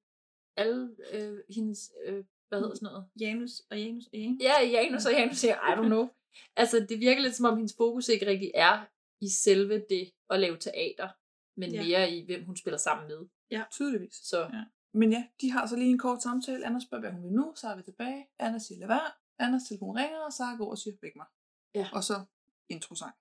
alle øh, hendes, øh, hvad hedder sådan noget? Janus og Janus og Janus. Ja, Janus og Janus siger, I don't know. altså, det virker lidt som om, hendes fokus ikke rigtig er i selve det at lave teater, men Ja. ja. mere i, hvem hun spiller sammen med. Ja. Tydeligvis. Så Ja. Men ja, de har så lige en kort samtale. Anna spørger, hvad hun vil nu. Så er vi tilbage. Anna siger, lad være. Annas telefon ringer, og Sara går og siger, væk mig. Ja. Og så introsang.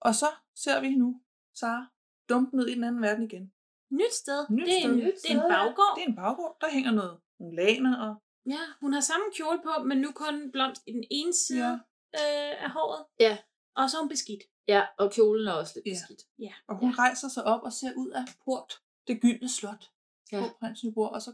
Og så ser vi nu Sara dumpe ned i den anden verden igen. Nyt sted. Nyt det, er sted. En, Nyt det er en sted, ja. baggård. Det er en baggård. Der hænger noget ulaner og... Ja, hun har samme kjole på, men nu kun blomst i den ene side ja. øh, af håret. Ja. Og så er hun beskidt. ja, og kjolen er også lidt Ja. ja. skidt. Ja. Og hun ja. rejser sig op og ser ud af port. Det gyldne slot. Ja. Hvor prinsen bor. Og så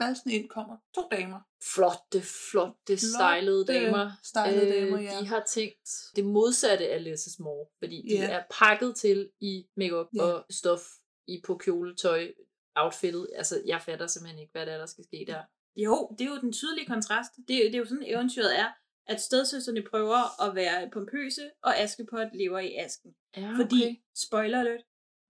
valsen ind kommer to damer. Flotte, flotte, stylede damer. Øh, stylede damer, ja. De har tænkt det modsatte af Lesses mor, fordi de Ja. er pakket til i makeup Ja. og stof i på kjoletøj, outfittet. Altså, jeg fatter simpelthen ikke, hvad der er, der skal ske der. Jo, det er jo den tydelige kontrast. Det, er- det er jo sådan, eventyret er, at stedsøsterne prøver at være pompøse, og Askepot lever i asken. Ja, Fordi, spoiler alert,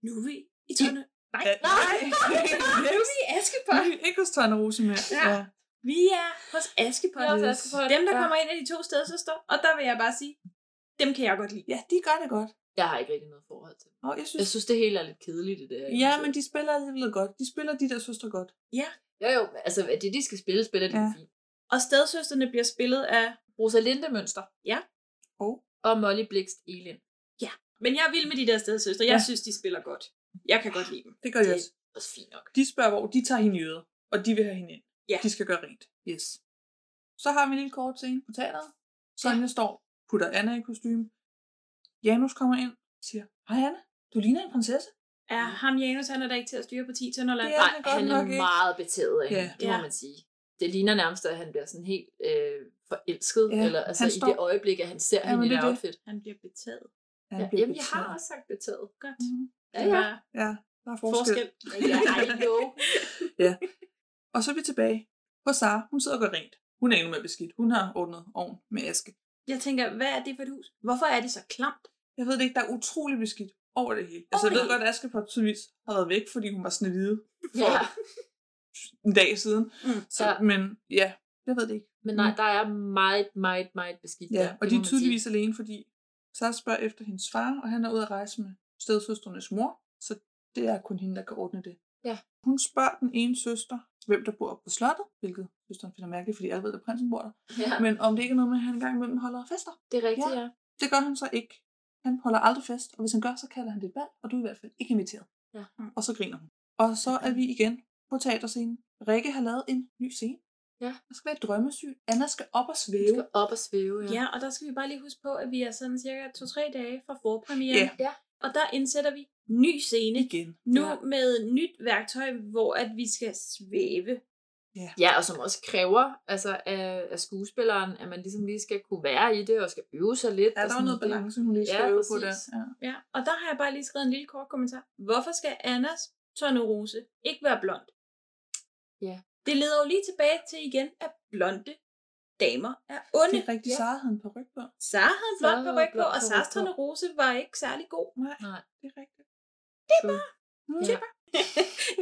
nu er vi i tønde. Nej, Ja, nej, nej. nu er vi i Askepot. Ikke hos Tørne Rose mere. Ja. Vi er hos Askepot. Vi er hos Yes. Askepot, Dem, der ja. kommer ind af de to stedsøster, og der vil jeg bare sige, dem kan jeg godt lide. ja, de gør det godt. Jeg har ikke rigtig noget forhold til det. Og jeg synes, Jeg synes, det hele er lidt kedeligt, det der. Ja, men de spiller alligevel godt. De spiller de der søstre godt. Jo, jo, altså, at det, de skal spille, spiller de Ja. ja. fint. Og stedsøsterne bliver spillet af... Rosalinde Mønster Og og Molly Blikst Elin. Men jeg er vild med de der stedsøstre. Jeg Ja. synes, de spiller godt. Jeg kan godt lide dem. det gør de Det- også. Også fint nok. De spørger, hvor de tager hende i øret, og de vil have hende ind. Ja. De skal gøre rent. Yes. Så har vi en lille kort scene på teateret. Sonja står, putter Anna i kostume. Janus kommer ind og siger, hej Anna, du ligner en prinsesse. Er ham Janus, han er da ikke til at styre på 10 Tønderland? Det er Nej, han godt han er nok ikke. meget betaget af Ja. ja. hende, det må Ja. man sige. Det ligner nærmest, at han bliver sådan helt øh, forelsket, Ja, ja, eller altså han i står- det øjeblik, at han ser Ja, hende men i det det er det. outfit. Han bliver betaget. Han Ja, bliver jamen, jeg har betaget. også sagt betaget. Godt. Mhm. Ja, Det er ja. bare Ja, der er forskel. forskel. Ja, I know. Og så er vi tilbage på Sara. Hun sidder og gør rent. Hun er endnu mere beskidt. Hun har ordnet ovn med aske. Jeg tænker, hvad er det for et hus? Hvorfor er det så klamt? Jeg ved det ikke, der er utrolig beskidt over det hele. Altså, jeg det ved hele. godt, at Askepot tydeligvis har været væk, fordi hun var snevide for Ja. en dag siden. Mm. Så, Ja. ja. Men ja, jeg ved det ikke. Men nej, der er meget, meget, meget beskidt Ja, der. og det de må er man tydeligvis sige. alene, fordi Sara spørger efter hendes far, og han er ude at rejse med stedsøsternes mor, så det er kun hende, der kan ordne det. Ja. Hun spørger den ene søster, hvem der bor på slottet, hvilket søsteren finder mærkeligt, fordi alle ved, at prinsen bor der. Ja, Men om det ikke er noget med, at han engang imellem holder fester. det er rigtigt, ja. Det gør han så ikke. Han holder aldrig fest, og hvis han gør, så kalder han det et valg, og du er i hvert fald ikke inviteret. Ja. Og så griner hun. Og så er vi igen på teaterscenen. Rikke har lavet en ny scene. Ja. Der skal være et drømmesyn. Anna skal op og Du svæve. skal op og svæve, ja. Ja, og der skal vi bare lige huske på, at vi er sådan cirka 2-3 dage fra forpremieren. Ja. Ja. Og der indsætter vi ny scene. Igen. Nu Ja. med nyt værktøj, hvor at vi skal svæve. Ja. ja, og som også kræver altså, af, af skuespilleren, at man ligesom lige skal kunne være i det, og skal øve sig lidt. Ja, og der var noget det- balance, hun lige skal ja, øve på præcis. der. Ja. Ja, og der har jeg bare lige skrevet en lille kort kommentar. Hvorfor skal Annas tornerose ikke være blond? Ja. Det leder jo lige tilbage til igen, at blonde damer er onde. Det er rigtigt, Sara havde en på ryg på. Sara havde en blond Sara på havde ryg på, blond og paryk Saras på. tornerose var ikke særlig god. Nej, det er rigtigt. Det er bare. Det er bare.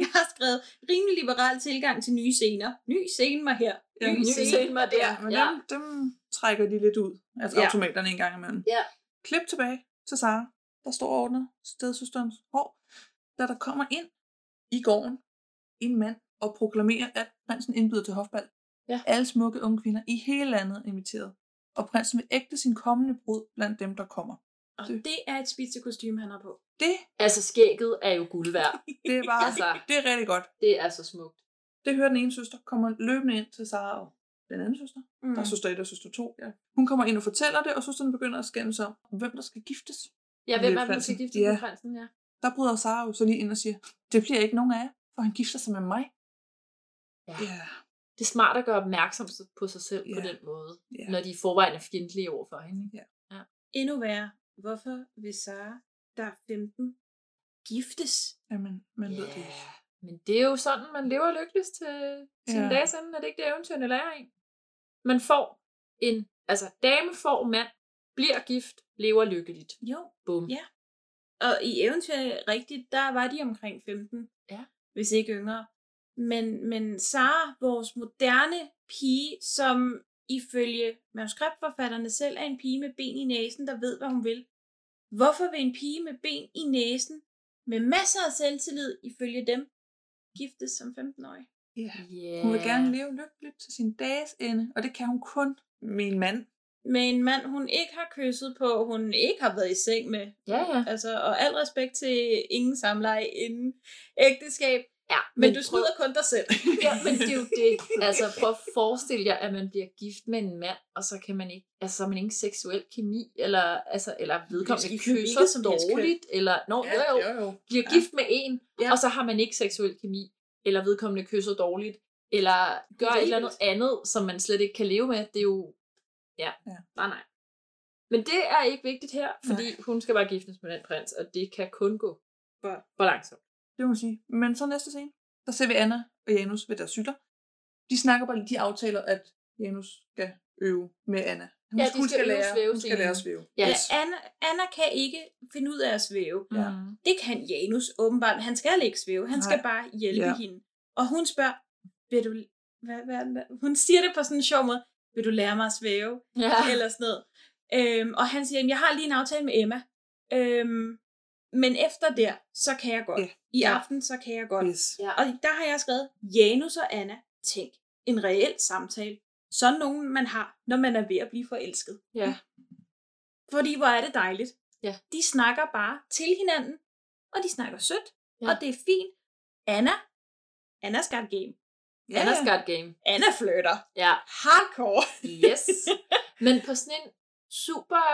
jeg har skrevet rimelig liberal tilgang til nye scener. Ny scene mig her. Ja, ny scene mig der. Men ja. dem- dem trækker de lidt ud. Altså Ja. ja. automaterne en gang imellem. Ja. Klip tilbage til Sara, der står ordnet stedsysterens hår, da der kommer ind i gården en mand og proklamerer, at prinsen indbyder til hofbal. Ja. Alle smukke unge kvinder i hele landet er inviteret. Og prinsen vil ægte sin kommende brud blandt dem, der kommer. Og det er et spidse kostume, han har på. Det, Altså, skægget er jo guld værd. det er bare, Altså. altså, det er rigtig godt. Det er så smukt. Det hører den ene søster, kommer løbende ind til Sara og den anden søster. Mm. Der er søster 1 og søster 2. Ja. Hun kommer ind og fortæller det, og søsterne begynder at skændes om, hvem der skal giftes. Ja, hvem med er det, der skal prinsen. gifte sig ja. med prinsen? Ja. Der bryder Sara jo så lige ind og siger, det bliver ikke nogen af jer, for han gifter sig med mig. Ja. ja. Det er smart at gøre opmærksom på sig selv på Ja. den måde, Ja. når de i forvejen er fjendtlige overfor hende. Ja. Endnu værre. Hvorfor vil Sara, der er 15, giftes? Jamen, man ved det ikke. Men det er jo sådan, man lever lykkeligst til sine Ja. dage inden, er det ikke det eventyrene lærer en? Man får en, altså dame får mand, bliver gift, lever lykkeligt. Jo. Bum. Ja. Og i eventyret rigtigt, der var de omkring 15. Ja. Hvis ikke yngre. Men, men Sara, vores moderne pige, som ifølge manuskriptforfatterne selv er en pige med ben i næsen, der ved, hvad hun vil. Hvorfor vil en pige med ben i næsen, med masser af selvtillid ifølge dem, giftes som 15-årig? Ja. Hun vil gerne leve lykkeligt til sin dages ende, og det kan hun kun med en mand. Med en mand, hun ikke har kysset på, hun ikke har været i seng med. Ja, ja. Altså, og al respekt til ingen samleje inden ægteskab. Ja, Men, du snyder kun dig selv. Ja, men det er jo det. Altså, prøv at forestille jer, at man bliver gift med en mand, og så kan man ikke, altså, så har man ingen seksuel kemi, eller, altså, eller vedkommende skifte kysser hvilket som helst køn. dårligt, eller, nå, ja, jo, jo, jo, bliver gift med en, og så har man ikke seksuel kemi, eller vedkommende kysser dårligt, eller gør et eller andet andet, som man slet ikke kan leve med. Det er jo, ja, ja. nej, nej. Men det er ikke vigtigt her, fordi nej. hun skal bare giftes med den prins, og det kan kun gå for, for langsomt. Det må man sige. Men så næste scene, der ser vi Anna og Janus ved deres hytter. De snakker bare, de aftaler, at Janus skal øve med Anna. Hun, Ja, de hun skal øve lære, hun skal svævescenen. lære at svæve. Ja, Anna, Anna kan ikke finde ud af at svæve. Ja. Mm. Det kan Janus åbenbart. Han skal ikke svæve. Han Nej. skal bare hjælpe Ja. ja. hende. Og hun spørger, vil du... Hvad, hvad, hvad? Hun siger det på sådan en sjov måde. Vil du lære mig at svæve? Ja. Eller sådan noget. Øhm, og han siger, "Jamen, jeg har lige en aftale med Emma. Øhm, men efter der, så kan jeg godt. Ja. I Ja. Mm. aften, så kan jeg godt. Yes. Ja. Og der har jeg skrevet, Janus og Anna, tænk, en reel samtale. Sådan nogen, man har, når man er ved at blive forelsket. Ja. Fordi hvor er det dejligt. Ja. De snakker bare til hinanden, og de snakker sødt, ja. og det er fint. Anna, Anna's got game. Ja, Anna's got game. Anna flytter. Ja. Hardcore. Yes. Men på sådan en super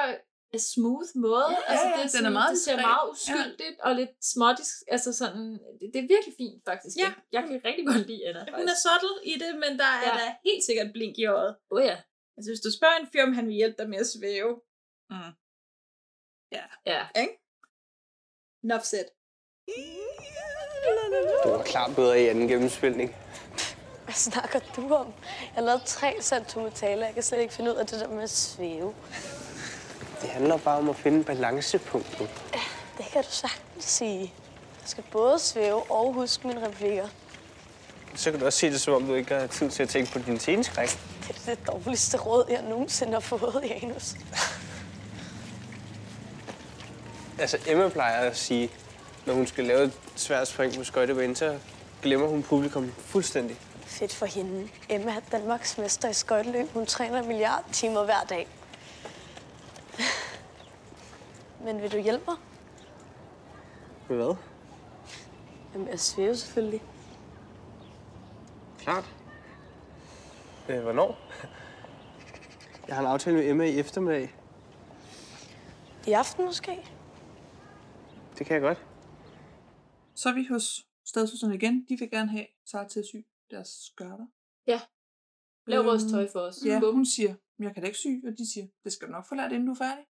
øh, smooth måde. Ja, ja, altså, ja. det, er Den sådan, er meget det ser diskret. meget Ja. uskyldigt ja. og lidt småtisk. Altså sådan, det, det er virkelig fint faktisk. Ja. Jeg, jeg kan rigtig godt lide Anna. Hun er subtle i det, men der er Ja. ja. da helt sikkert blink i øjet. Åh oh, ja. Altså, hvis du spørger en fyr, om han vil hjælpe dig med at svæve. Mm. Ja. Ja. Ikke? Nuff said. Du var klart bedre i anden gennemspilning. Hvad snakker du om? Jeg lavede tre saltometaler. Jeg kan slet ikke finde ud af det der med at svæve. Det handler bare om at finde balancepunktet. Det kan du sagtens sige. Jeg skal både svæve og huske mine replikker. Så kan du også se det, som om du ikke har tid til at tænke på din sceneskræk. Det er det dårligste råd, jeg nogensinde har fået, Janus. Altså, Emma plejer at sige, når hun skal lave et svært spring på skøjtebanen, så glemmer hun publikum fuldstændig. Fedt for hende. Emma er Danmarks mester i skøjteløb. Hun træner en milliard timer hver dag. Men vil du hjælpe mig? Med hvad? Jamen, jeg svæver selvfølgelig. Klart. Øh, hvornår? Jeg har en aftale med Emma i eftermiddag. I aften måske? Det kan jeg godt. Så er vi hos stadsøsterne igen. De vil gerne have Sara til at sy deres skørter. Ja. Lav vores tøj for os. Øhm, Ja, Bum. hun siger, "Men jeg kan da ikke sy, og de siger, det skal du nok få lært, inden du er færdig.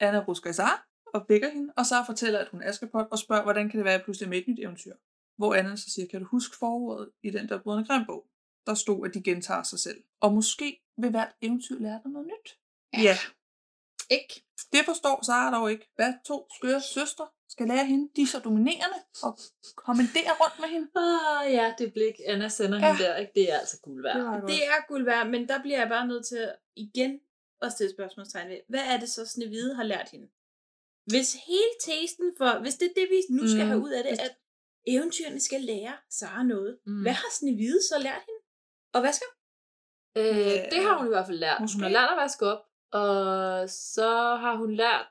Anna rusker i Sara og vækker hende, og Sara fortæller, at hun er Askepot og spørger, hvordan kan det være, at jeg pludselig er med i et nyt eventyr? Hvor Anna så siger, kan du huske forordet i den der brødende grimbog? Der stod, at de gentager sig selv. Og måske vil hvert eventyr lære dig noget nyt. Ja. Ikke? Det forstår Sara dog ikke. Hvad to skøre søstre skal lære hende? De er så dominerende og kommanderer rundt med hende. Ah, ja, det blik, Anna sender ja. Ja. hende der, ikke? det er altså guld værd. Det er guld værd, men der bliver jeg bare nødt til at- igen at stille spørgsmålstegn ved, hvad er det så Snevide har lært hende? Hvis hele testen for, hvis det er det, vi nu skal Mm. mm. have ud af det, at eventyrene skal lære Sara noget, Mm. mm. hvad har Snevide så lært hende? Og hvad skal Øh, det har hun i hvert fald lært. Måske. Hun har lært at vaske op, og så har hun lært,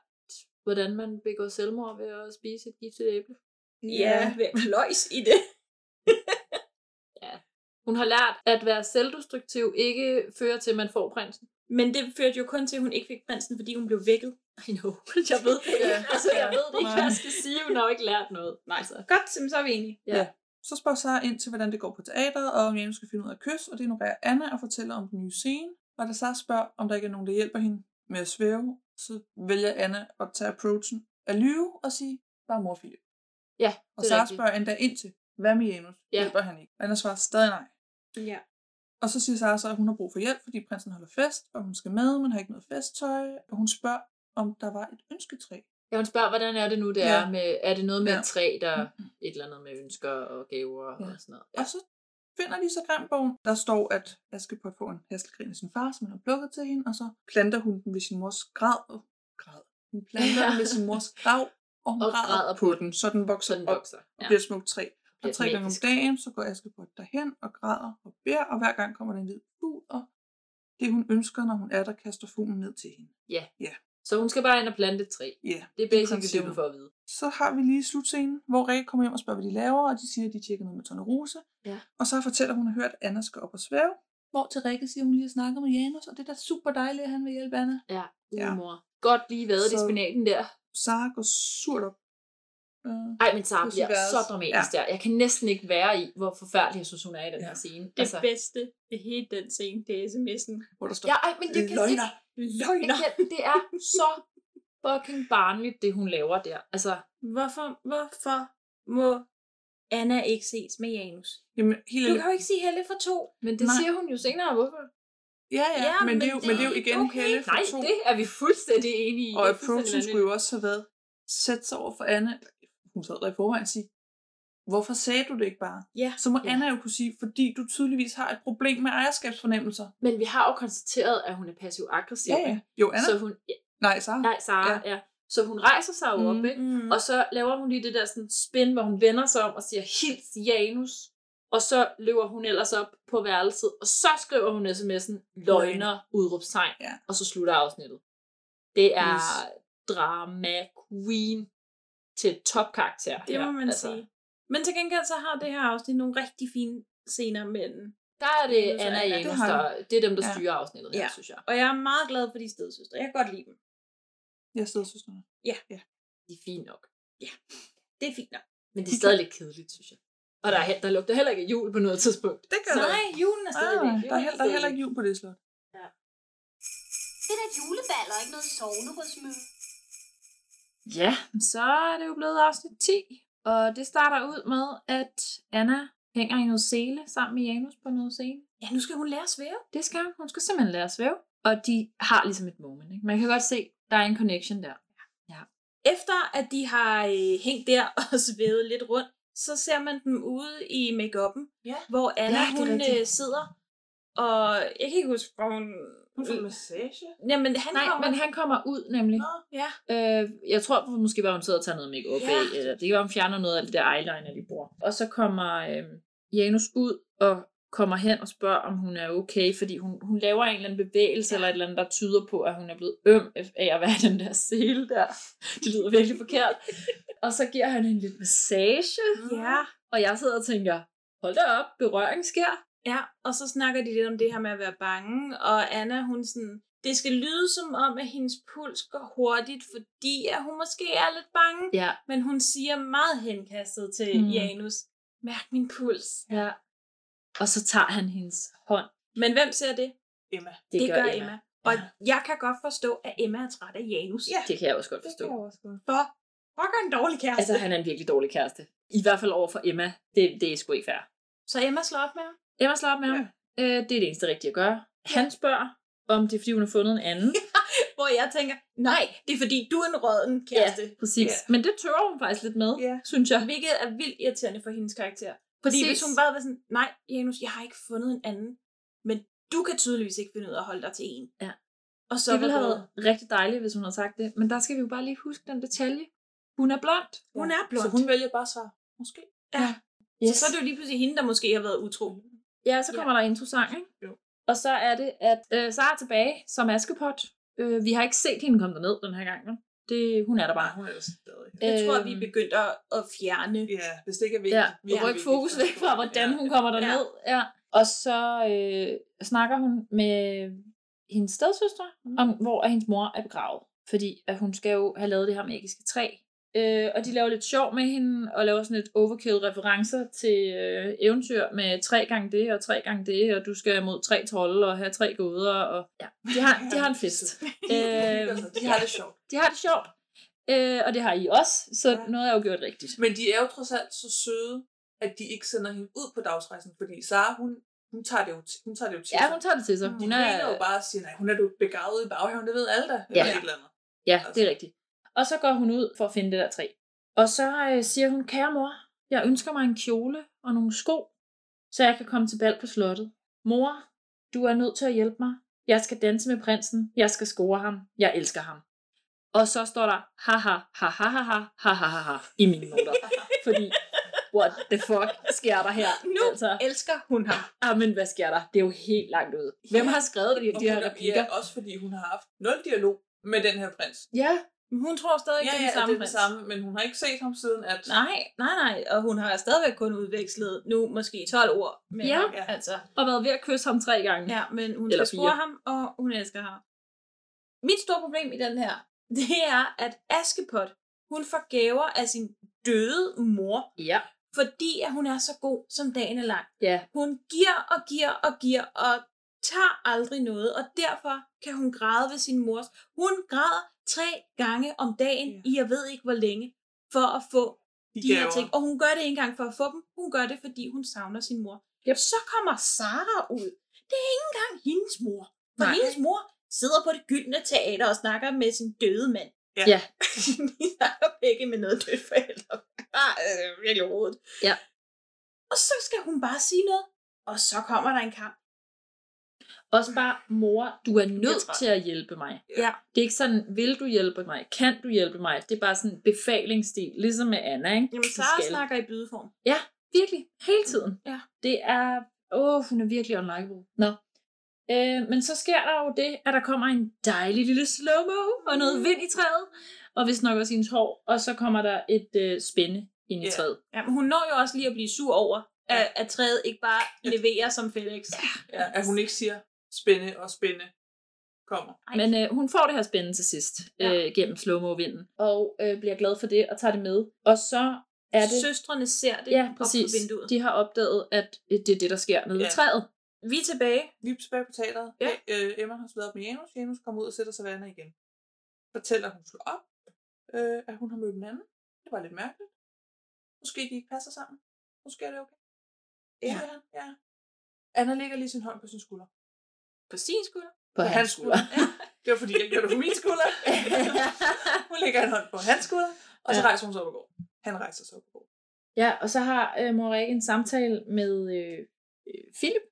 hvordan man begår selvmord ved at spise et giftigt æble. Ja, ved at kløjs i det. ja. Hun har lært, at være selvdestruktiv ikke fører til, at man får prinsen. Men det førte jo kun til, at hun ikke fik prinsen, fordi hun blev vækket. I know, jeg ved det ikke. Altså, jeg ved det ikke, hvad jeg skal sige. Hun har jo ikke lært noget. Nej, altså. godt, så så er vi enige. Ja. Så spørger Sara ind til, hvordan det går på teateret, og om Janus skal finde ud af kys, og det ignorerer Anna og fortæller om den nye scene. Og da Sara spørger, om der ikke er nogen, der hjælper hende med at svæve, så vælger Anna at tage approachen at lyve og sige, bare mor Philip. Ja, Og det er Sara rigtigt. spørger endda ind til, hvad med Janus? Ja. Ja. Hjælper han ikke? Og Anna svarer stadig nej. Ja. Og så siger Sara så, at hun har brug for hjælp, fordi prinsen holder fest, og hun skal med, men har ikke noget festtøj. Og hun spørger, om der var et ønsketræ. Ja, hun spørger, hvordan er det nu, det ja. Ja. er med, er det noget med ja. Ja. et træ, der et eller andet med ønsker og gaver ja. og sådan noget. Og så finder de så grimbogen. Der står, at Askepot får en haskegrin af sin far, som han har plukket til hende, og så planter hun den ved sin mors grav. Græd. Hun planter den ved sin mors grav, og hun Og og græder græder på på den, så den vokser, den vokser, op ja. og bliver et smukt træ. Bliver Og tre et gange om magisk dagen, så går Askepot derhen og græder og beder, og hver gang kommer den en hvid fugl, og det hun ønsker, når hun er der, kaster fuglen ned til hende. Ja. Ja. Så hun skal bare ind og plante et træ. Ja, Det er i basically det, hun princippet. får at vide. Så har vi lige slutscenen, hvor Rikke kommer hjem og spørger, hvad de laver, og de siger, at de tjekker noget med Tone Rose. Ja. Og så fortæller hun, at hun har hørt, at Anna skal op og svæve. Hvor til Rikke siger, at hun lige har snakket med Janus, og det er da super dejligt, at han vil hjælpe Anna. Ja, Ja. ja. Uh, mor. Godt lige været i Så- spinaten der. Sara går surt op. Øh, Ej, men Sara på sit bliver værelse. så dramatisk Ja. ja. der. Jeg kan næsten ikke være i, hvor forfærdelig jeg synes, hun er i den ja. her scene. Det altså. bedste ved hele den scene, det er sms'en. Hvor der Ja, ej, men jeg kan Løgner. ikke... Løgner. Jeg kan, det er så fucking barnligt, det hun laver der. Altså, Hvorfor, hvorfor må Anna ikke ses med Janus? Jamen, hele... Du kan jo ikke sige Helle for to. men det Nej. siger hun jo senere, hvorfor? Ja, ja, ja men, det er jo, men det er jo igen okay. Helle for Nej, to. det er vi fuldstændig enige i. Og Det er approachen fuldstændig skulle jo også have været, sætte sig over for Anna. Hun sad der i forvejen og sige, hvorfor sagde du det ikke bare? Ja. Så må Anna jo kunne sige, fordi du tydeligvis har et problem med ejerskabsfornemmelser. vanvittigt. Men vi har jo konstateret, at hun er passiv-aggressiv. Ja, ja. Jo, Anna. Så hun, Nej, Sara. Nej, Sara, ja. ja. Så hun rejser sig mm, op, ikke? Mm. og så laver hun lige det der sådan spin, hvor hun vender sig om og siger, hils Janus. Og så løber hun ellers op på værelset, og så skriver hun sms'en, løgner, udråbstegn, ja. og så slutter afsnittet. Det er Yes. drama queen til topkarakter. Det må man altså. sige. Men til gengæld så har det her afsnit nogle rigtig fine scener mellem. Der er det Janus og Anna og Anna. Janus, Det har der, vi. det er dem, der Ja. styrer afsnittet her, Ja. synes jeg. Og jeg er meget glad for de stedsøstre. Jeg kan godt lide dem. Jeg sidder søsterne. Ja. ja. De er fine nok. Ja, det er fint nok. Men det er stadig lidt kedeligt, synes jeg. Og der, er, he- der lugter heller ikke af jul på noget tidspunkt. Det gør Ah, Nej, julen er stadig væk. Der er, heller, der er heller ikke jul på det slot. Det er da et juleball og ikke noget sovnerødsmøde. Ja, så er det jo blevet afsnit 10, og det starter ud med, at Anna hænger i noget sele sammen med Janus på noget sele. Ja, nu skal hun lære at svæve. Det skal hun. Hun skal simpelthen lære at svæve. Og de har ligesom et moment, ikke? Man kan godt se, der er en connection der. Efter at de har øh, hængt der og svævet lidt rundt, så ser man dem ude i make-up'en, ja. hvor Anna Ja, det er hun rigtigt. øh, sidder, og jeg kan ikke huske, hvor hun... Hun Mm. får massage. Jamen, han Nej, kommer... men han kommer ud nemlig. Ja. Øh, jeg tror hun måske, var hun sidder og tager noget make op Ja. af, eller det kan være, hun fjerner noget af det der eyeliner, de bruger. Og så kommer øh, Janus ud og kommer hen og spørger, om hun er okay, fordi hun, hun laver en eller anden bevægelse, ja. eller et eller andet, der tyder på, at hun er blevet øm af at være i den der sele der. Det lyder virkelig forkert. og så giver han hende lidt massage, Ja. og jeg sidder og tænker, hold da op, berøring sker. Ja, og så snakker de lidt om det her med at være bange, og Anna, hun sådan, det skal lyde som om, at hendes puls går hurtigt, fordi at hun måske er lidt bange, Ja. men hun siger meget henkastet til Mm. mm. Janus, mærk min puls. Ja. Og så tager han hendes hånd. Men hvem ser det? Emma. Det, det gør, gør Emma. Emma. Og jeg kan godt forstå, at Emma er træt af Janus. Ja, det kan jeg også godt forstå. Det kan jeg også godt. For fuck en dårlig kæreste. Altså, han er en virkelig dårlig kæreste. I hvert fald over for Emma. Det, det er sgu ikke fair. Så Emma slår op med ham? Emma slår op med ja. ham. Øh, det er det eneste rigtige at gøre. Han spørger, om det er, fordi hun har fundet en anden. Hvor jeg tænker, nej, det er fordi, du er en råden kæreste. Ja, præcis. Ja. Men det tørrer hun faktisk lidt med, ja. synes jeg. Hvilket er vildt irriterende for hendes karakter. Fordi præcis. hvis hun bare var sådan, nej, Janus, jeg har ikke fundet en anden. Men du kan tydeligvis ikke finde ud af at holde dig til en. Ja. Og så det ville have været rigtig dejligt, hvis hun havde sagt det. Men der skal vi jo bare lige huske den detalje. Hun er blond. Ja. Hun er blond. Så hun vælger bare så, måske. Ja. Yes. Så, så er det jo lige pludselig hende, der måske har været utro. Ja, så kommer ja. der introsang, ikke? Jo. Og så er det, at øh, Sara er tilbage som Askepot. Øh, vi har ikke set hende komme derned den her gang, vel? Det, hun er der bare. Øhm. Ja, hun er jo stadig. Jeg tror, at vi Mm. er begyndt at, at fjerne. Ja, hvis det ikke er vigtigt. Øh, Ja, og rykke fokus væk fra, hvordan ja. hun kommer derned. Ja. ja. Og så øh, snakker hun med hendes stedsøster, mm. om hvor hendes mor er begravet. Fordi at hun skal jo have lavet det her magiske træ, Øh, og de laver lidt sjov med hende, og laver sådan lidt overkill-referencer til øh, eventyr med tre gange det, og tre gange det, og du skal mod tre trolde, og have tre gåder, og ja, de har, de har en fest. øh, de har det sjovt. De har det sjovt, øh, og det har I også, så ja. noget er jo gjort rigtigt. Men de er jo trods alt så søde, at de ikke sender hende ud på dagsrejsen, fordi Sara, hun hun tager det jo, til, hun tager det jo til ja, sig. Ja, hun tager det til sig. Hun, hun er jo bare og siger, nej, hun er jo begravet i baghaven, det ved alle da. Ja, et eller andet. ja altså. det er rigtigt. Og så går hun ud for at finde det der træ. Og så øh, siger hun, kære mor, jeg ønsker mig en kjole og nogle sko, så jeg kan komme til bal på slottet. Mor, du er nødt til at hjælpe mig. Jeg skal danse med prinsen. Jeg skal score ham. Jeg elsker ham. Og så står der, haha, ha ha ha ha ha ha ha ha i mine noter. Fordi, what the fuck sker der her? Nu altså, elsker hun ham. Ah, men hvad sker der? Det er jo helt langt ud. Hvem har skrevet de, de her replikker? Ja, også fordi hun har haft nul dialog med den her prins. Ja, hun tror stadig, ja, det er ja, den samme det er den samme, men hun har ikke set ham siden, at... Nej, nej, nej, og hun har stadigvæk kun udvekslet nu måske 12 ord med ja. ham, altså. Og været ved at kysse ham tre gange. Ja, men hun Eller skal score ham, og hun elsker ham. Mit store problem i den her, det er, at Askepot, hun får gaver af sin døde mor. Ja. Fordi at hun er så god, som dagen er lang. Ja. Hun giver og giver og giver, og tager aldrig noget, og derfor kan hun græde ved sin mors. Hun græder tre gange om dagen ja. i jeg ved ikke hvor længe, for at få de, de her ting. Og hun gør det ikke engang for at få dem, hun gør det, fordi hun savner sin mor. Yep. Så kommer Sara ud. Det er ikke engang hendes mor. For Nej. hendes mor sidder på det gyldne teater og snakker med sin døde mand. Ja. ja. De snakker begge med noget dødt forældre. Bare øh, virkelig rodet. Ja. Og så skal hun bare sige noget. Og så kommer der en kamp. Også bare, mor, du er nødt til at hjælpe mig. Ja. Det er ikke sådan, vil du hjælpe mig? Kan du hjælpe mig? Det er bare sådan befalinggsstil, ligesom med Anna, ikke? Jamen, Sara snakker i bydeform. Ja, virkelig. Hele tiden. Ja. Det er... Åh, oh, hun er virkelig unlikable. Nå. Øh, men så sker der jo det, at der kommer en dejlig lille slow-mo og Mm. noget vind i træet, og hvis nok også hendes hår, og så kommer der et øh, spænde ind i yeah. træet. Ja, men hun når jo også lige at blive sur over, at, at træet ikke bare leverer som Felix. Ja, ja at hun ikke siger, spænde og spænde kommer. Ej. Men øh, hun får det her spænde til sidst ja. øh, gennem slow vinden og øh, bliver glad for det og tager det med. Og så er det... Søstrene ser det ja, præcis. op på vinduet. De har opdaget, at øh, det er det, der sker nede ja. i træet. Vi er tilbage. Vi er tilbage på teateret. Ja. Øh, Emma har slået op med Janus. Janus kommer ud og sætter sig ved Anna igen. Fortæller, at hun slår op, øh, at hun har mødt en anden. Det var lidt mærkeligt. Måske de ikke passer sammen. Måske er det okay. Ja. ja. ja. Anna lægger lige sin hånd på sin skulder på sin skulder. På, på hans, hans skulder. skulder. det var fordi, jeg gjorde det på min skulder. hun lægger en hånd på hans skulder, og så ja. rejser hun sig op og går. Han rejser sig op og går. Ja, og så har øh, mor Rikke en samtale med øh, Philip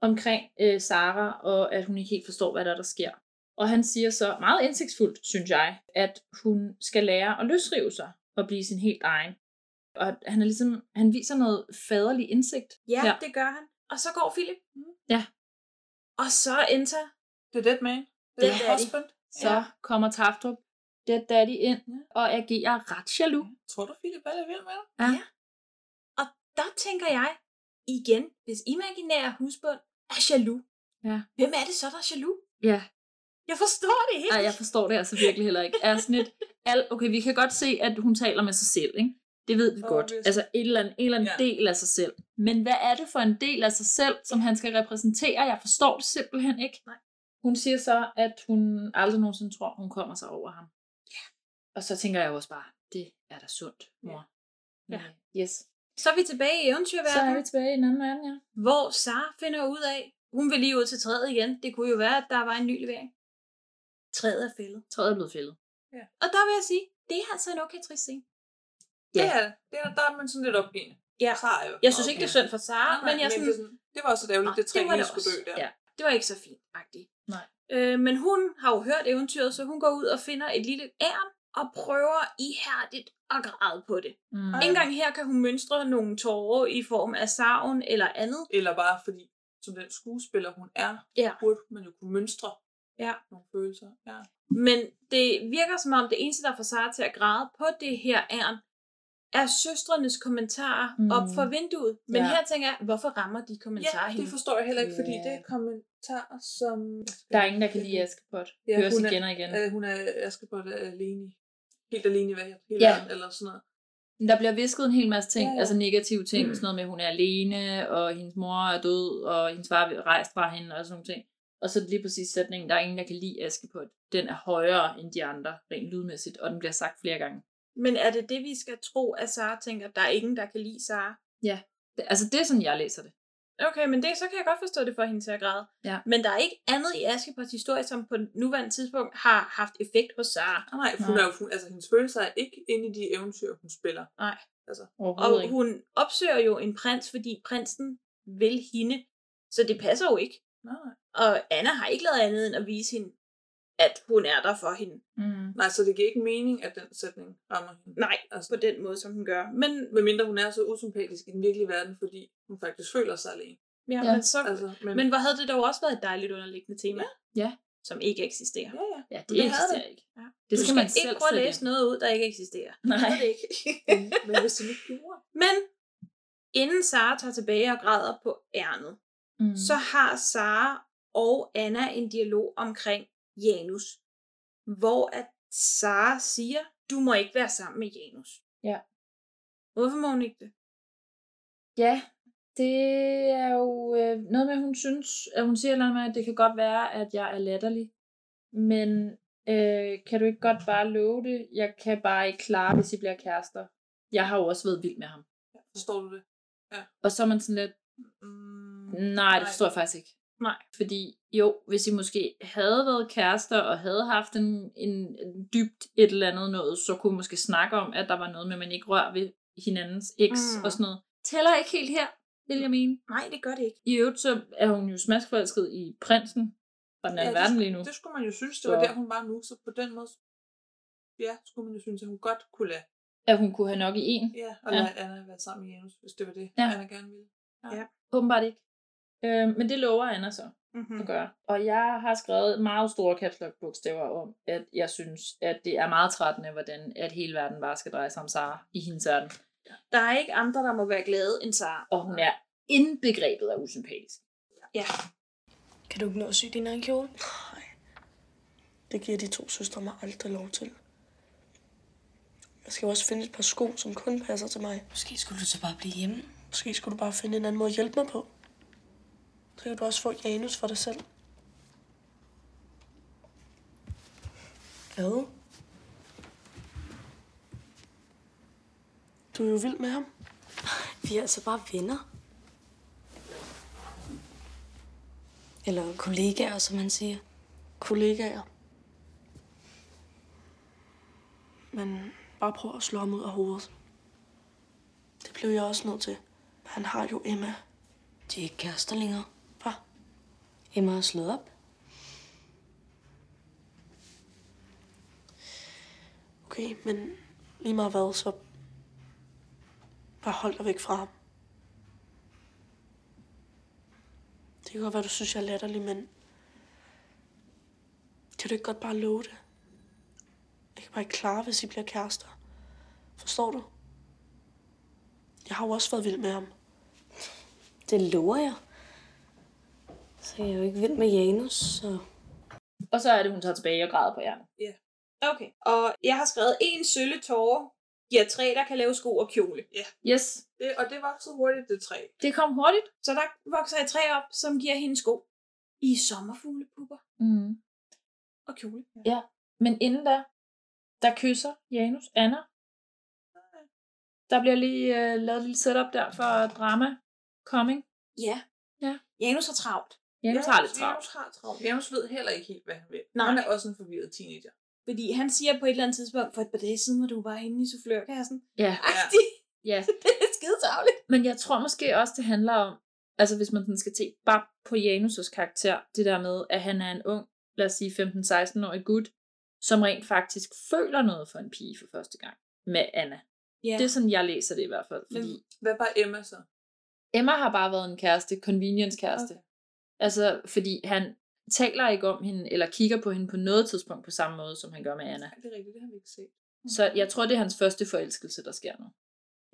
omkring øh, Sara, og at hun ikke helt forstår, hvad der, er, der sker. Og han siger så meget indsigtsfuldt, synes jeg, at hun skal lære at løsrive sig og blive sin helt egen. Og han er ligesom, han viser noget faderlig indsigt. Ja, her. det gør han. Og så går Philip. Mm. Ja. Og så enter The Dead Man. The Dead Daddy. Husband. Så ja. kommer Taftrup Dead Daddy ind ja. og agerer ret jaloux. Ja. Tror du, Philip er vild med dig? Ja. ja. Og der tænker jeg igen, hvis imaginære husbund er jaloux, ja. hvem er det så, der er jaloux? Ja. Jeg forstår det ikke. Nej, jeg forstår det altså virkelig heller ikke. Er sådan et, al, okay, vi kan godt se, at hun taler med sig selv, ikke? Det ved vi oh, godt. Vist. Altså et eller andet, en eller anden ja. del af sig selv. Men hvad er det for en del af sig selv, som han skal repræsentere? Jeg forstår det simpelthen ikke. Nej. Hun siger så, at hun aldrig nogensinde tror, hun kommer sig over ham. Ja. Og så tænker jeg også bare, det er da sundt, mor. Ja. ja. Yes. Så er vi tilbage i eventyrverdenen. Så er vi tilbage i en anden verden, ja. Hvor Sara finder ud af, hun vil lige ud til træet igen. Det kunne jo være, at der var en ny levering. Træet er fældet. Træet er blevet fældet. Ja. Og der vil jeg sige, det er altså en okay trist scene. Ja. Det er det. det er, der er man sådan lidt opgivende. Ja. Sara er jo Jeg synes ikke, det er synd for Sara, Nej, men jeg Ah, men sådan, Ah, det, det var også ærgerligt, det træ det var lige det skulle dø også. der. Ja. det var ikke så fint, agtigt. Nej. Øh, men hun har jo hørt eventyret, så hun går ud og finder et lille æren og prøver ihærdigt at græde på det. Mm. Ah. Ikke engang her kan hun mønstre nogle tårer i form af savn eller andet. Eller bare fordi, som den skuespiller hun er, Ja. burde man jo kunne mønstre Ja. nogle følelser. Ja. Men det virker som om det eneste, der får Sara til at græde på det her æren, er søstrenes kommentarer Mm. mm. op for vinduet. Men Ja. ja. her tænker jeg, hvorfor rammer de kommentarer ja, det hende? forstår jeg heller ikke, fordi Ja. det er kommentarer, som... Der er ingen, der kan lide Askepot. Ja, Høres hun igen er, og igen. Øh, hun er Askepot er alene. i- Helt alene i verden, hele Ja. verden, eller sådan noget. Men Der bliver visket en hel masse ting, Ja, ja, ja. ja. altså negative ting, sådan noget med, at hun er alene, og hendes mor er død, og hendes far er rejst fra hende, og sådan nogle ting. Og så lige præcis sætningen, der er ingen, der kan lide Askepot. Den er højere end de andre, rent lydmæssigt, og den bliver sagt flere gange. Men er det det, vi skal tro, at Sara tænker, der er ingen, der kan lide Sara? Ja, det, altså det er sådan, jeg læser det. Okay, men det, så kan jeg godt forstå det for hende til at græde. Ja. Men der er ikke andet i Askepots historie, som på nuværende tidspunkt har haft effekt hos Sara. Ah, nej, hun Nej. er jo, hun, altså hendes følelser er ikke inde i de eventyr, hun spiller. Nej. Altså, Overhovedet Og ikke. hun opsøger jo en prins, fordi prinsen vil hende. Så det passer jo ikke. nej. Og Anna har ikke lavet andet end at vise hende, at hun er der for hende. Mm. nej, så det giver ikke mening, at den sætning rammer hende. Nej, altså. på den måde, som hun gør. Men, Medmindre hun er så usympatisk i den virkelige verden, fordi hun faktisk føler sig alene. ja, Ja. ja. men, så, altså, Altså, men... men- men hvor havde det dog også været et dejligt underliggende tema, ja. Ja, som ikke eksisterer. Ja, ja. ja det Men det havde eksisterer det. ikke. Ja. Det du skal skal man ikke selv prøve at sætte læse ind. Mm. noget ud, der ikke eksisterer. Nej. Det er det ikke. Men hvis det ikke gjorde. Men inden Sara tager tilbage og græder på ærnet, Mm. så har Sara og Anna en dialog omkring Janus, hvor at Sara siger, du må ikke være sammen med Janus. Ja. Hvorfor må hun ikke det? Ja, det er jo øh, noget med, at hun synes, at hun siger et eller andet med, at det kan godt være, at jeg er latterlig, men øh, kan du ikke godt bare love det? Jeg kan bare ikke klare, hvis I bliver kærester. Jeg har jo også været vild med ham. Forstår du det? Og så er man sådan lidt, Mm, nej, det forstår jeg faktisk ikke. Nej. Fordi jo, hvis I måske havde været kærester og havde haft en, en en dybt et eller andet noget, så kunne I måske snakke om, at der var noget med, at man ikke rører ved hinandens eks Mm. mm. og sådan noget. Tæller ikke helt her, vil jeg mene. Nej, det gør det ikke. I øvrigt så er hun jo smaskforelsket i prinsen fra den anden det, verden sk- lige nu. det skulle man jo synes, det Så- var der, hun var nu, så på den måde, ja, skulle man jo synes, at hun godt kunne lade, At hun kunne have nok i en. ja, og Ja. lade Anna være sammen med Janus, hvis det var det, Ja. Anna gerne ville. Åbenbart ikke. Øh, men det lover Anna så Mm-hmm. at gøre. Og jeg har skrevet meget store caps lock bogstaver om, at jeg synes, at det er meget trættende, hvordan at hele verden bare skal dreje sig om Sara i hendes verden. Der er ikke andre, der må være glade end Sara. Og hun er indbegrebet af usympatisk. Ja. Kan du ikke nå at sy din egen kjole? Nej. Det giver de to søstre mig aldrig lov til. Jeg skal jo også finde et par sko, som kun passer til mig. Måske skulle du så bare blive hjemme. Måske skulle du bare finde en anden måde at hjælpe mig på. Så kan du også få Janus for dig selv. Hvad? Du er jo vild med ham. Vi er altså bare venner. Eller kollegaer, som han siger. Kollegaer. Men bare prøv at slå ham ud af hovedet. Det blev jeg også nødt til. Han har jo Emma. De er ikke kærester længere. Hvad? Emma er slået op. Okay, men lige meget hvad, så bare hold dig væk fra ham. Det kan godt være, du synes, jeg er latterlig, men... Kan du ikke godt bare love det? Jeg kan bare ikke klare, hvis I bliver kærester. Forstår du? Jeg har jo også været vild med ham. Det lover jeg. Så jeg er jo ikke vild med Janus, så... Og så er det, hun tager tilbage og græder på hjernen. Okay. Og jeg har skrevet en sølle tårer De er tre, der kan lave sko og kjole. Ja. Yes. Det, og det voksede hurtigt, det træ. Det kom hurtigt. Så der vokser et træ op, som giver hende sko i sommerfuglepupper Mm. og kjole. Ja. Men inden da, der kysser Janus Anna. Der bliver lige øh, lavet et lille setup der for drama coming. Ja. Ja. Janus har travlt. Janus har lidt travlt. Janus har travlt. Janus ved heller ikke helt, hvad han vil. Nej. Han er også en forvirret teenager. Fordi han siger på et eller andet tidspunkt, for et par dage siden, hvor du var inde i soufflørkassen. Ja. Agtig. Ja. det er skide travligt. Men jeg tror måske også, det handler om, altså hvis man sådan skal se bare på Janus' karakter, det der med, at han er en ung, lad os sige 15-16-årig gut, som rent faktisk føler noget for en pige for første gang med Anna. Ja. Det er sådan, jeg læser det i hvert fald. Fordi Hvad var Emma så? Emma har bare været en kæreste, convenience kæreste. Okay. Altså, fordi han taler ikke om hende, eller kigger på hende på noget tidspunkt på samme måde, som han gør med Anna. Nej, det er rigtigt, det har vi ikke set. Så jeg tror, det er hans første forelskelse, der sker nu.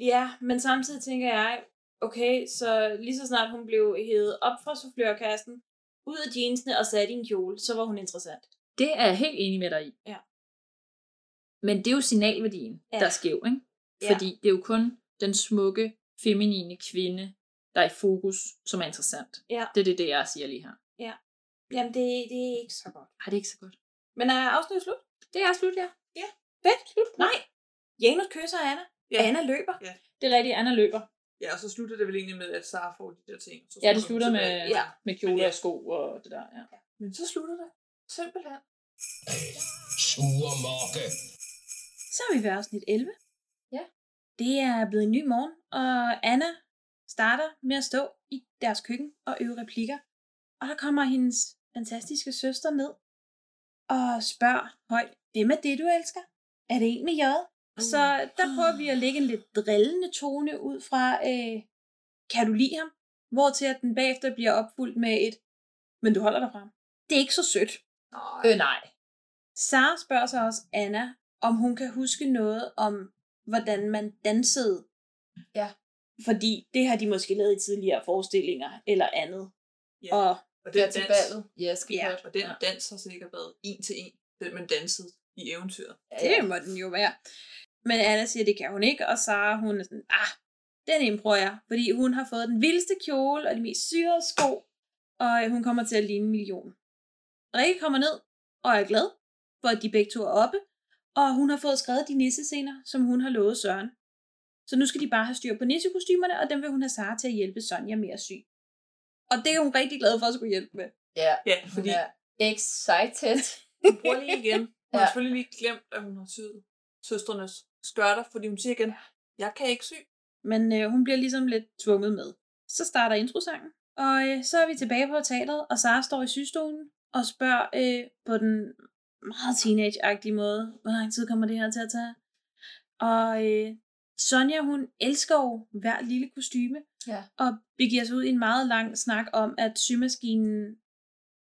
Ja, men samtidig tænker jeg, okay, så lige så snart hun blev hævet op fra soufflørkassen, ud af jeansene og sat i en kjole, så var hun interessant. Det er jeg helt enig med dig i. Ja. Men det er jo signalværdien, Ja. ja. der er skæv, ikke? Ja. Fordi det er jo kun den smukke, feminine kvinde, der er i fokus, som er interessant. Ja. Det er det, det jeg siger lige her. Ja. Jamen, det, det er ikke så godt. Ej, det er ikke så godt. Men er afsnittet slut? Det er slut, ja. Ja. Fedt. Slut. Nej. Janus kysser Anna. Ja. Anna løber. Ja. Det er rigtigt, Anna løber. Ja, og så slutter det vel egentlig med, at Sara får de der ting. Så Ja, det hun slutter med, tilbage. ja. Ja. med kjole og sko og det der, ja. Men så slutter det. Simpelthen. Sure mokke. Så er vi ved afsnit 11. Ja. Det er blevet en ny morgen, og Anna starter med at stå i deres køkken og øve replikker. Og der kommer hendes fantastiske søster ned og spørger højt, hvem er det, du elsker? Er det en med J? Så der prøver vi at lægge en lidt drillende tone ud fra, øh, kan du lide ham? Hvor til at den bagefter bliver opfuldt med et, men du holder dig frem. Det er ikke så sødt. Øh, nej. Sara spørger sig også Anna, om hun kan huske noget om, hvordan man dansede. Ja. Fordi det har de måske lavet i tidligere forestillinger eller andet. Ja. Og Og den dans, Ja, skal ja, og den dans har sikkert været en til en, den man dansede i eventyret. det må den jo være. Men Anna siger, det kan hun ikke, og Sara hun er sådan, ah, den improver jeg, fordi hun har fået den vildeste kjole og de mest syrede sko, og øh, hun kommer til at ligne en million. Rikke kommer ned og er glad for, at de begge to er oppe, og hun har fået skrevet de nissescener, som hun har lovet Søren. Så nu skal de bare have styr på nissekostymerne, og dem vil hun have Sara til at hjælpe Sonja med at sy. Og det er hun rigtig glad for at skulle hjælpe med. Ja, Ja, fordi er excited. hun bruger lige igen. Hun har Ja. selvfølgelig lige glemt, at hun har syet søstrenes skørter, fordi hun siger igen, jeg kan ikke sy. Men øh, hun bliver ligesom lidt tvunget med. Så starter introsangen, og øh, så er vi tilbage på teateret, og Sara står i sygestolen og spørger øh, på den meget teenage-agtige måde, hvor lang tid kommer det her til at tage? Og øh, Sonja, hun elsker jo hver lille kostyme, Ja. og begiver sig ud i en meget lang snak om, at symaskinen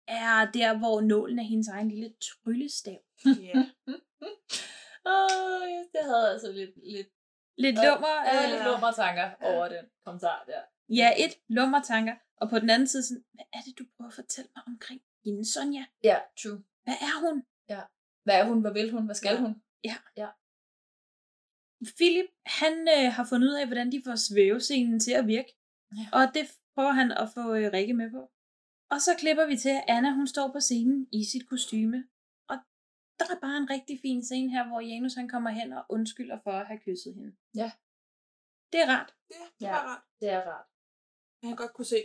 er der, hvor nålen er hendes egen lille tryllestav. Ja. Åh, ja, det havde altså lidt, lidt, Lidt lummer. ja, øh, lidt lummer tanker over den kommentar der. Ja, et lummer tanker, og på den anden side sådan, hvad er det, du prøver at fortælle mig omkring hende, Sonja? Ja, true. Hvad er hun? Hvad er hun? Hvad vil hun? Hvad skal hun? Philip, han øh, har fundet ud af, hvordan de får svævescenen til at virke, Ja. og det prøver han at få øh, Rikke med på. Og så klipper vi til, at Anna hun står på scenen i sit kostyme, og der er bare en rigtig fin scene her, hvor Janus han kommer hen og undskylder for at have kysset hende. Ja. Det er rart. Ja, det Ja. var rart. Det er rart. Jeg kan godt kunne se.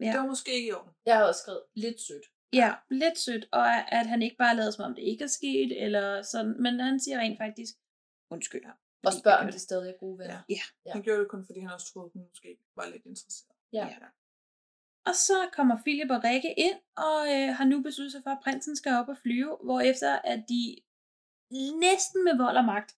Ja. Det var måske ikke i orden. Jeg har også skrevet lidt sødt. Ja, lidt sødt, og at- at han ikke bare lader som om det ikke er sket, eller sådan, men han siger rent faktisk, undskyld. Og spørg, om de stadig er gode venner. Ja. Ja. Han gjorde det kun, fordi han også troede, hun måske var lidt interesseret. Ja. Og så kommer Philip og Rikke ind, og øh, har nu besluttet sig for, at prinsen skal op og flyve, hvorefter at de næsten med vold og magt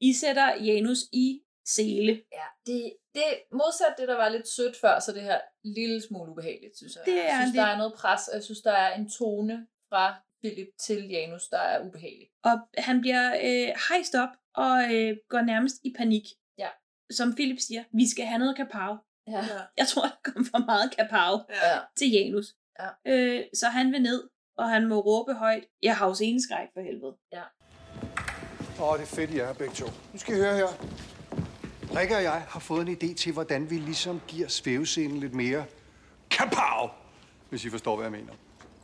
isætter Janus i sele. ja. Det, det modsat det, der var lidt sødt før, så det her lille smule ubehageligt, synes jeg. Det jeg er synes, lidt- der er noget pres, og jeg synes, der er en tone fra Philip til Janus, der er ubehagelig. Og han bliver øh, hejst op og øh, går nærmest i panik. Ja. Som Philip siger, vi skal have noget kapav. Ja. Ja. Jeg tror, der kom for meget kapav. ja. til Janus. Ja. Øh, så han vil ned, og han må råbe højt, jeg har jo sceneskræk for helvede. Ja. Åh, det er fedt, I er her begge to. Nu skal I høre her. Rikke og jeg har fået en idé til, hvordan vi ligesom giver svævescenen lidt mere kapav, hvis I forstår, hvad jeg mener.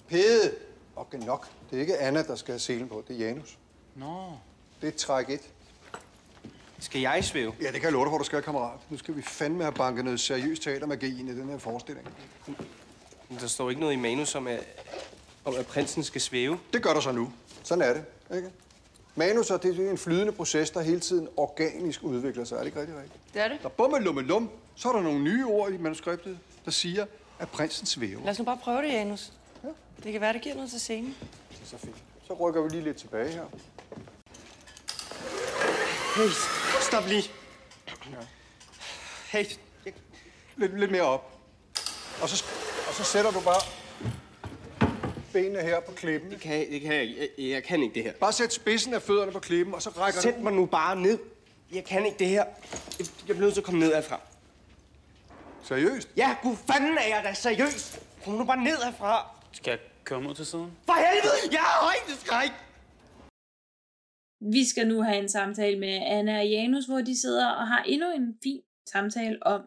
Pede! Og nok. Det er ikke Anna, der skal have selen på. Det er Janus. Nå. Det er træk et. Skal jeg svæve? Ja, det kan jeg love dig, hvor du skal, kammerat. Nu skal vi fandme have banket noget seriøst teatermagi ind i den her forestilling. Men Der står ikke noget i manus om, at, om at prinsen skal svæve. Det gør der så nu. Sådan er det, ikke? Manuser, det er en flydende proces, der hele tiden organisk udvikler sig. Er det ikke rigtigt, rigtigt? Det er det. Der bumme lumme lum, så er der nogle nye ord i manuskriptet, der siger, at prinsen svæver. Lad os nu bare prøve det, Janus. Ja. Det kan være, det giver noget til scenen. Det er så fint. Så rykker vi lige lidt tilbage her. Hey, stop lige. Hey, lidt, lidt mere op. Og så, og så sætter du bare benene her på klippen. Det kan, det kan jeg ikke. Jeg, jeg kan ikke det her. Bare sæt spidsen af fødderne på klippen, og så rækker Sæt mig nu bare ned. Jeg kan ikke det her. Jeg, jeg bliver nødt til at komme ned herfra. Seriøst? Ja, gud fanden er jeg da seriøs. Kom nu bare ned herfra. Skal jeg køre mod til siden? For helvede! Jeg har højdeskræk! Vi skal nu have en samtale med Anna og Janus, hvor de sidder og har endnu en fin samtale om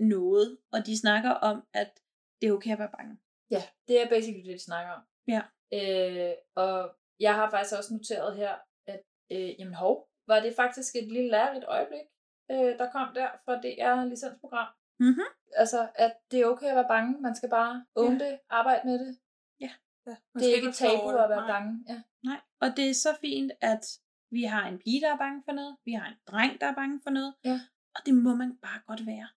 noget. Og de snakker om, at det er okay at være bange. Ja, det er basically det, de snakker om. Ja. Øh, og jeg har faktisk også noteret her, at øh, jamen hov, var det faktisk et lille lærerigt øjeblik, øh, der kom der fra DR licensprogram. Mm-hmm. Altså, at det er okay at være bange, man skal bare own ja. det, arbejde med det. Ja. ja man det skal er ikke ikke et være flov tabu over det, at være nej. bange. Ja. Nej, og det er så fint, at vi har en pige, der er bange for noget. Vi har en dreng, der er bange for noget. Ja. Og det må man bare godt være.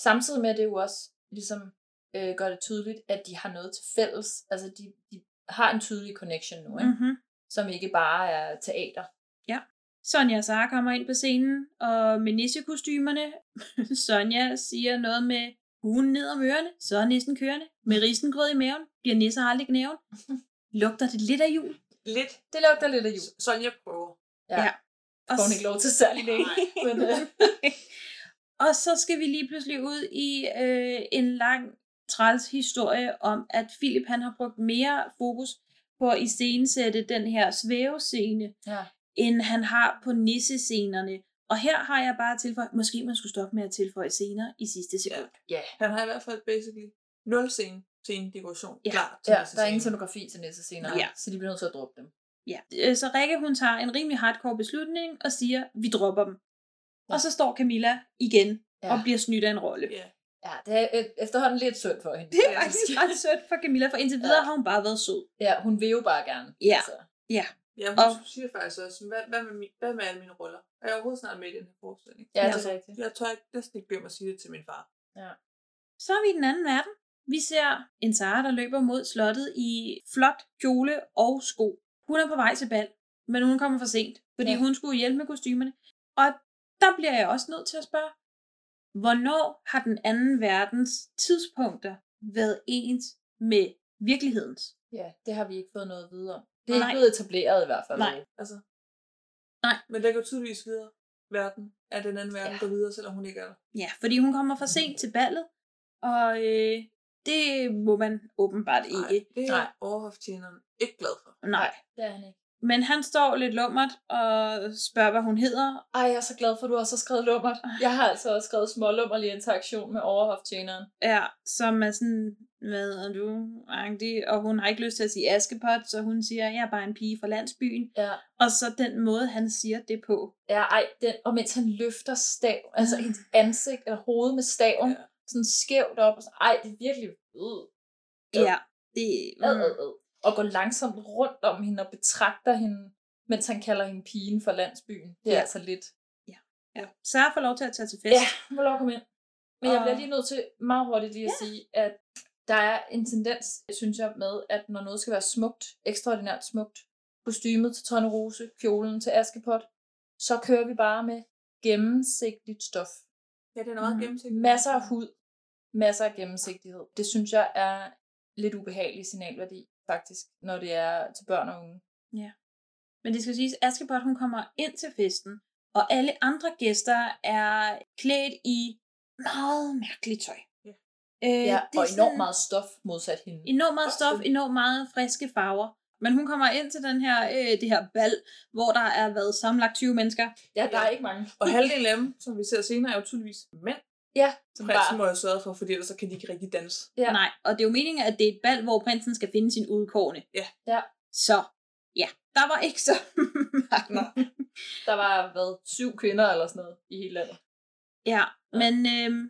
Samtidig med at det jo også ligesom øh, gør det tydeligt, at de har noget til fælles. Altså, de, de har en tydelig connection nu, ikke? Mm-hmm. som ikke bare er teater. Ja. Sonja og Sara kommer ind på scenen, og med nissekostymerne, Sonja siger noget med huen ned om ørerne, så er næsten kørende. Med risengrød i maven, bliver nisser aldrig knæven. Lugter det lidt af jul? Lidt. Det lugter lidt af jul. Sonja prøver. Ja. ja. Og får hun ikke lov til særlig længe. Men, øh, Og så skal vi lige pludselig ud i øh, en lang træls historie om, at Philip han har brugt mere fokus på at iscenesætte den her svævescene, ja. end han har på nissescenerne. Og her har jeg bare tilføjet, måske man skulle stoppe med at tilføje scener i sidste sekund. Ja. Han har i hvert fald basically nul scene scene dekoration Ja. klar til ja, næste der er scene. ingen scenografi til næste senere, Ja. ja. så de bliver nødt til at droppe dem. Ja. Øh, Så Rikke, hun tager en rimelig hardcore beslutning og siger, vi dropper dem. Ja. Og så står Camilla igen ja. Ja. og bliver snydt af en rolle. Ja. Ja, det er øh, efterhånden lidt synd for hende. Det er faktisk ret sødt for Camilla, for indtil videre ja. har hun bare været sød. Ja, hun vil jo bare gerne. altså. Ja. Ja. Ja, hun Og- og... siger faktisk også, hvad, hvad, med, min, hvad med alle mine roller? Er jeg overhovedet snart med i den her forestilling? Ja, det er Altså, rigtigt. Jeg tør ikke næsten ikke begynde at sige det til min far. Ja. Så er vi i den anden verden. Vi ser en Sara, der løber mod slottet i flot kjole og sko. Hun er på vej til bal, men hun kommer for sent, fordi ja. Ja. hun skulle hjælpe med kostymerne. Og der bliver jeg også nødt til at spørge, hvornår har den anden verdens tidspunkter været ens med virkelighedens? ja, det har vi ikke fået noget videre om. Det er Nej. ikke blevet etableret i hvert fald. Nej. Altså, Nej. Men der går tydeligvis videre. Verden er den anden verden, Ja. ja. går videre, selvom hun ikke er der. Ja, fordi hun kommer for sent til ballet, og øh, det må man åbenbart ikke. Nej, det er Nej. overhoftjeneren ikke glad for. Nej. Det er han ikke. Men han står lidt lummert og spørger, hvad hun hedder, Ej, jeg er så glad for, at du også har skrevet lummert. Jeg har altså også skrevet smålummerlig interaktion med overhoftjeneren. Ja, som er sådan, hvad er du? Agtig, og hun har ikke lyst til at sige askepot, så hun siger, jeg er bare en pige fra landsbyen. Ja. Og så den måde, han siger det på. Ja, ej, den, og mens han løfter stav, altså hendes ansigt eller hoved med staven, ja. sådan skævt op, og så, ej, det er virkelig øh, Ja, ja det... mm, ad, ad, ad, og går langsomt rundt om hende og betragter hende, mens han kalder hende pigen for landsbyen. Det er Ja. ja. altså lidt. Ja. Sara får lov til at tage til fest. Ja, hun må lov at komme ind. Men jeg Og- bliver lige nødt til meget hurtigt lige at ja. sige, at der er en tendens, synes jeg, med, at når noget skal være smukt, ekstraordinært smukt, kostymet til Tone Rose, kjolen til Askepot, så kører vi bare med gennemsigtigt stof. Ja, den er meget Mhm. gennemsigtig. Masser af hud, masser af gennemsigtighed. Det synes jeg er lidt ubehagelig signalværdi, faktisk, når det er til børn og unge. Men det skal siges, at Askepot hun kommer ind til festen, og alle andre gæster er klædt i meget mærkeligt tøj. Ja. Øh, Ja, det er og sådan enormt meget stof modsat hende. Enormt meget stof, Fuldstændig. enormt meget friske farver. Men hun kommer ind til den her, øh, det her bal, hvor der er været sammenlagt 20 mennesker. Ja, der er ikke mange. Og halvdelen af dem, som vi ser senere, er jo tydeligvis mænd. Ja, som prinsen må jo sørge for, fordi ellers så kan de ikke rigtig danse. Ja. Nej, og det er jo meningen, at det er et bal, hvor prinsen skal finde sin udkårne. Ja. ja. Så, ja, der var ikke så mange. Der var, hvad, syv kvinder eller sådan noget i hele landet. Ja, men øh,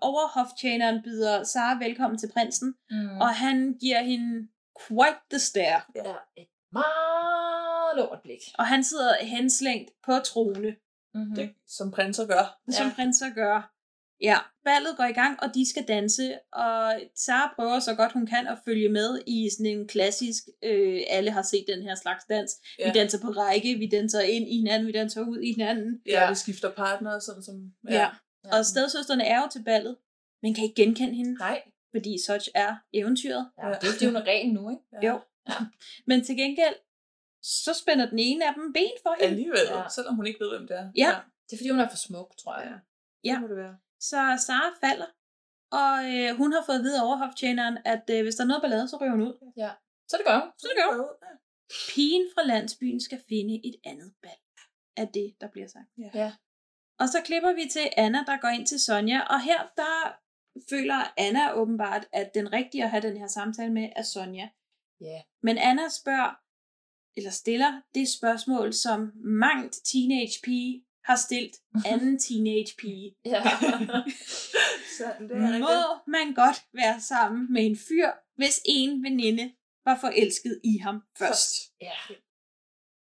overhoftjeneren byder Sara velkommen til prinsen, Mm. og han giver hende quite the stare. Ja, et meget lort blik. Og han sidder henslængt på trone, Mm-hmm. Det, som prinser gør. Ligesom, ja. som prinser gør. Ja, ballet går i gang, og de skal danse, og Sara prøver så godt hun kan at følge med i sådan en klassisk, øh, alle har set den her slags dans. Ja. Ja. Vi danser på række, vi danser ind i hinanden, vi danser ud i hinanden. Ja, vi skifter partner, sådan som... Ja. ja. Og stedsøsterne er jo til ballet, men kan ikke genkende hende. Nej. Fordi Soch er eventyret. Ja, det, det er jo en regel nu, ikke? Ja. Jo. Ja. Men til gengæld, så spænder den ene af dem ben for hende. Alligevel, Ja. ja. selvom hun ikke ved, hvem det er. Ja. Det er fordi, hun er for smuk, tror jeg. Ja. Ja. Det må det være. Så Sara falder, og øh, hun har fået at vide af overhoftjeneren, at øh, hvis der er noget ballade, så ryger hun ud. ja. Så det gør hun. Så det gør hun. Pigen fra landsbyen skal finde et andet bal af det, der bliver sagt. Ja. ja. Og så klipper vi til Anna, der går ind til Sonja, og her der føler Anna åbenbart, at den rigtige at have den her samtale med er Sonja. Ja. Men Anna spørger, eller stiller det spørgsmål, som mangt teenage pige har stillet anden teenage pige. Ja. Sådan, det er Må rigtigt. man godt være sammen med en fyr, hvis en veninde var forelsket i ham først? ja.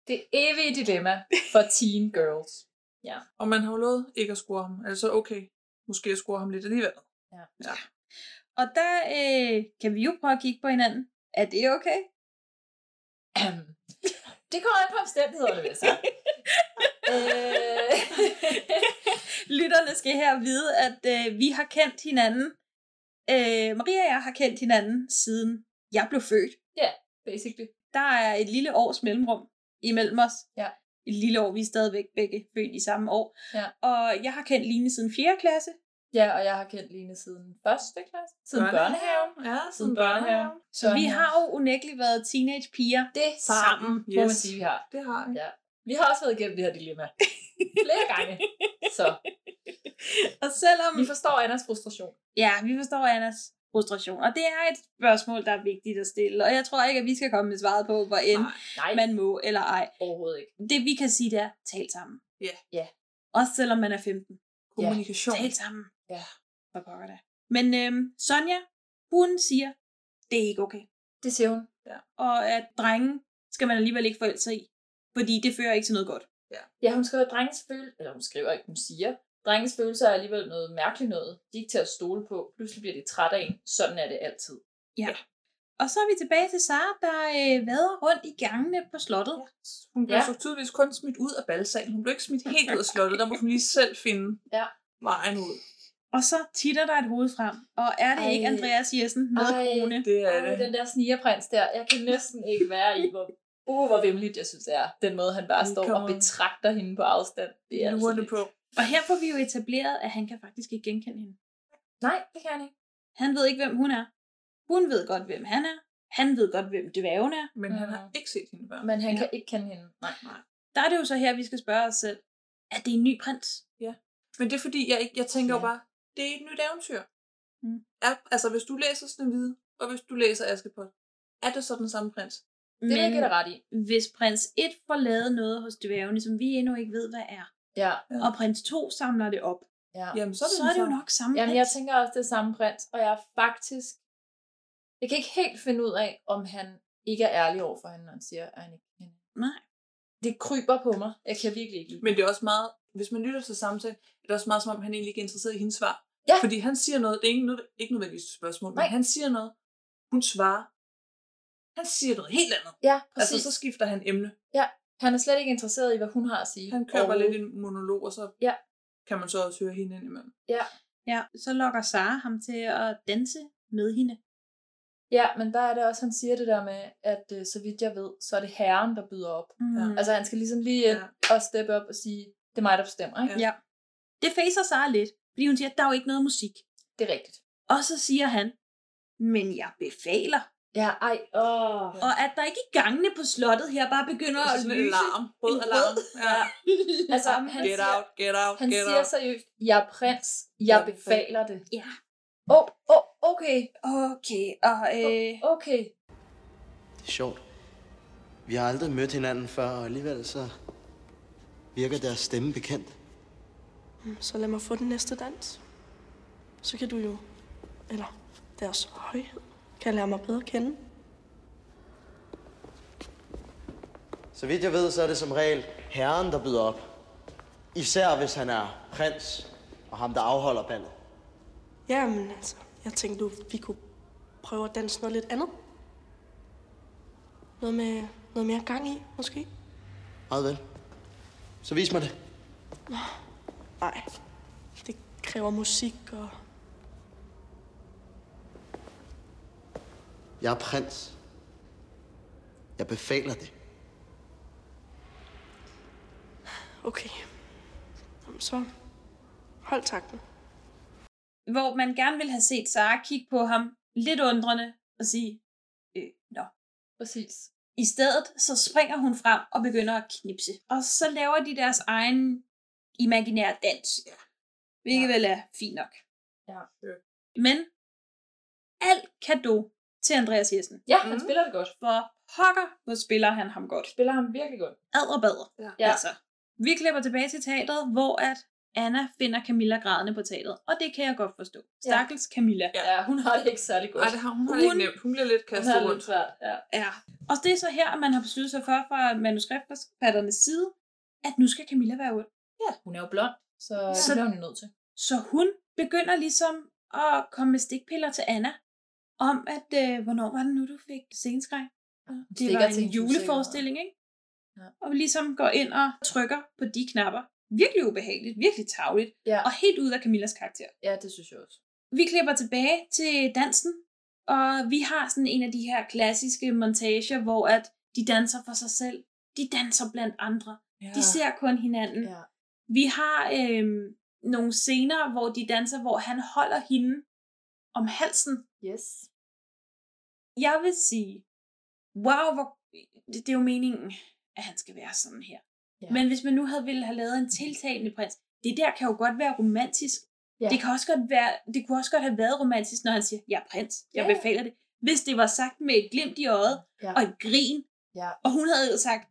Det evige dilemma for teen girls. Ja. Og man har jo lovet ikke at score ham. Altså, okay, måske jeg score ham lidt alligevel. Ja. ja. Og der øh, kan vi jo prøve at kigge på hinanden. Er det okay? Det kommer an på omstændighederne, vil jeg sige. øh, Lytterne skal her vide, at øh, vi har kendt hinanden. Øh, Maria og jeg har kendt hinanden siden jeg blev født. ja, basically. Der er et lille års mellemrum imellem os. Ja. Et lille år, vi er stadigvæk begge født i samme år. Ja. Og jeg har kendt Line siden 4. klasse. ja, og jeg har kendt Line siden første klasse. Siden børnehaven. Ja, Siden siden børnehaven. børnehaven. Så vi har jo unægteligt været teenagepiger. det sammen, yes. må man sige, vi har. Det har jeg. Ja. Vi har også været igennem det her dilemma. Flere gange. Så Og selvom... vi forstår Annas frustration. Ja, vi forstår Annas frustration. Og det er et spørgsmål, der er vigtigt at stille. Og jeg tror ikke, at vi skal komme med svaret på, hvor end Nej. Nej, man må eller ej. overhovedet ikke. Det vi kan sige, det er, tal sammen. Ja. Ja. Også selvom man er 15. Kommunikation. Tal sammen. Ja. For pokker da. Men øhm, Sonja, hun siger, det er ikke okay. Det siger hun. Og at drenge skal man alligevel ikke forelske sig i. Fordi det fører ikke til noget godt. Ja, hun skriver, at drengens følelser, eller hun skriver ikke, hun siger, drengens følelser er alligevel noget mærkeligt noget. De er ikke til at stole på. Pludselig bliver de trætte af en. Sådan er det altid. Og så er vi tilbage til Sara, der øh, vader rundt i gangene på slottet. Ja. Hun blev Ja. ja. så tydeligvis kun smidt ud af balsalen. Hun blev ikke smidt helt ud af slottet. Der må hun lige selv finde Ja. vejen ud. Og så titter der et hoved frem. Og er det Ej. Ej. ikke Andreas Jessen med Ej. krone? Det er Ej, det. den der snigerprins der, jeg kan næsten ikke være i, hvor, uh, hvor vimligt jeg synes det er. Den måde, han bare Det står og kommer- betragter hende på afstand. Det er altså Lurende lidt- på. Og her får vi jo etableret, at han kan faktisk ikke genkende hende. Nej, det kan han ikke. Han ved ikke, hvem hun er. Hun ved godt, hvem han er. Han ved godt, hvem dværgen er. Men han har Mhm. ikke set hende før. Men han kan ikke kende hende. Nej. Der er det jo så her, vi skal spørge os selv. Er det en ny prins? Men det er fordi, jeg, ikke, jeg tænker Ja. jo bare, det er et nyt eventyr. Mm. Er, altså, hvis du læser Snevide, og hvis du læser Askepot, er det så den samme prins? Det vil jeg give dig ret i. hvis prins 1 får lavet noget hos dværgene, som vi endnu ikke ved, hvad er, Ja, Ja. og prins 2 samler det op, ja. Jamen, så så er det, er, den det jo samme. nok samme Jamen, jeg prins. tænker også, det er samme prins, og jeg er faktisk... Jeg kan ikke helt finde ud af, om han ikke er ærlig over for hende, når han siger, at han ikke kan hende. Nej. Det kryber på mig. Jeg kan virkelig ikke lide Men det er også meget, hvis man lytter til samtalen, er det også meget, som om han egentlig ikke er interesseret i hendes svar. Ja. Fordi han siger noget, det er ikke, nød- ikke nødvendigvis et spørgsmål, Nej. men han siger noget, hun svarer. Han siger noget helt andet. Ja, Altså, præcis. så skifter han emne. Han er slet ikke interesseret i, hvad hun har at sige. Han køber Overhovedet. lidt en monolog, og så Ja. kan man så også høre hende ind imellem. Ja, så lokker Sara ham til at danse med hende. Ja, men der er det også, han siger det der med, at øh, så vidt jeg ved, så er det herren, der byder op. Mm. Ja. Altså, han skal ligesom lige ind og steppe op og sige, det er mig, der bestemmer, ikke? Ja. ja. Det facer Sara lidt, fordi hun siger, at der er jo ikke noget musik. Det er rigtigt. Og så siger han, men jeg befaler. Ja, ej, åh. Og at der ikke i gangene på slottet her bare begynder Det er at Altså, sådan en lyse alarm. Rød en alarm. Ja. Altså, han Get siger, out, get out, han get siger out. seriøst, jeg er prins, jeg Jeg befaler det. Ja. Åh, åh, okay. Okay, og øh, Okay. Det er sjovt. Vi har aldrig mødt hinanden før, og alligevel så virker deres stemme bekendt. Mm, Så lad mig få den næste dans. Så kan du jo, eller deres højhed, kan lære mig bedre at kende. Så vidt jeg ved, så er det som regel herren, der byder op. Især hvis han er prins, og ham, der afholder ballet. Jamen altså, jeg tænkte, du, vi kunne prøve at danse noget lidt andet. Noget med noget mere gang i, måske. Meget vel. Så vis mig det. Nej, det kræver musik og... Jeg er prins. Jeg befaler det. Okay. Jamen, så hold takten. hvor man gerne vil have set Sara kigge på ham lidt undrende og sige, øh, nå. Præcis. I stedet så springer hun frem og begynder at knipse. Og så laver de deres egen imaginære dans. Ja. Hvilket ja. vel er fint nok. Ja. Men alt kado til Andreas Jessen. Ja, han spiller det godt. For pokker, hvor spiller han ham godt. Spiller ham virkelig godt. Adderbader. Ja. Altså, vi klipper tilbage til teateret, hvor at Anna finder Camilla grædende på teateret. Og det kan jeg godt forstå. Stakkels Camilla. Ja, hun har det ikke særlig godt. Ej, det har hun, hun har det ikke nemt. Hun bliver lidt Hun kastet har det rundt. lidt svært, ja. Ja. Og det er så her, at man har besluttet sig for fra manuskriptforfatternes side, at nu skal Camilla være ond. Ja, hun er jo blond, så Så- det bliver hun jo nødt til. Så hun begynder ligesom at komme med stikpiller til Anna, om at, øh, hvornår var det nu, du fik sceneskræk? Det stikker var til en en juleforestilling, ikke? Ja. Og vi ligesom går ind og trykker på de knapper. Virkelig ubehageligt, virkelig tavligt, Ja. og helt ud af Camillas karakter. Ja, det synes jeg også. Vi klipper tilbage til dansen, og vi har sådan en af de her klassiske montager, hvor at de danser for sig selv. De danser blandt andre. Ja. De ser kun hinanden. Ja. Vi har øhm, nogle scener, hvor de danser, hvor han holder hende om halsen. Yes. Jeg vil sige, wow, hvor, det, det er jo meningen, at han skal være sådan her. Ja. Ja. Men hvis man nu havde ville have lavet en tiltalende prins, det der kan jo godt være romantisk. Ja. Ja. Det, kan også godt være, det kunne også godt have været romantisk, når han siger, jeg er prins, jeg Ja, ja. befaler det. Hvis det var sagt med et glimt i øjet Ja. og et grin, Ja. og hun havde jo sagt,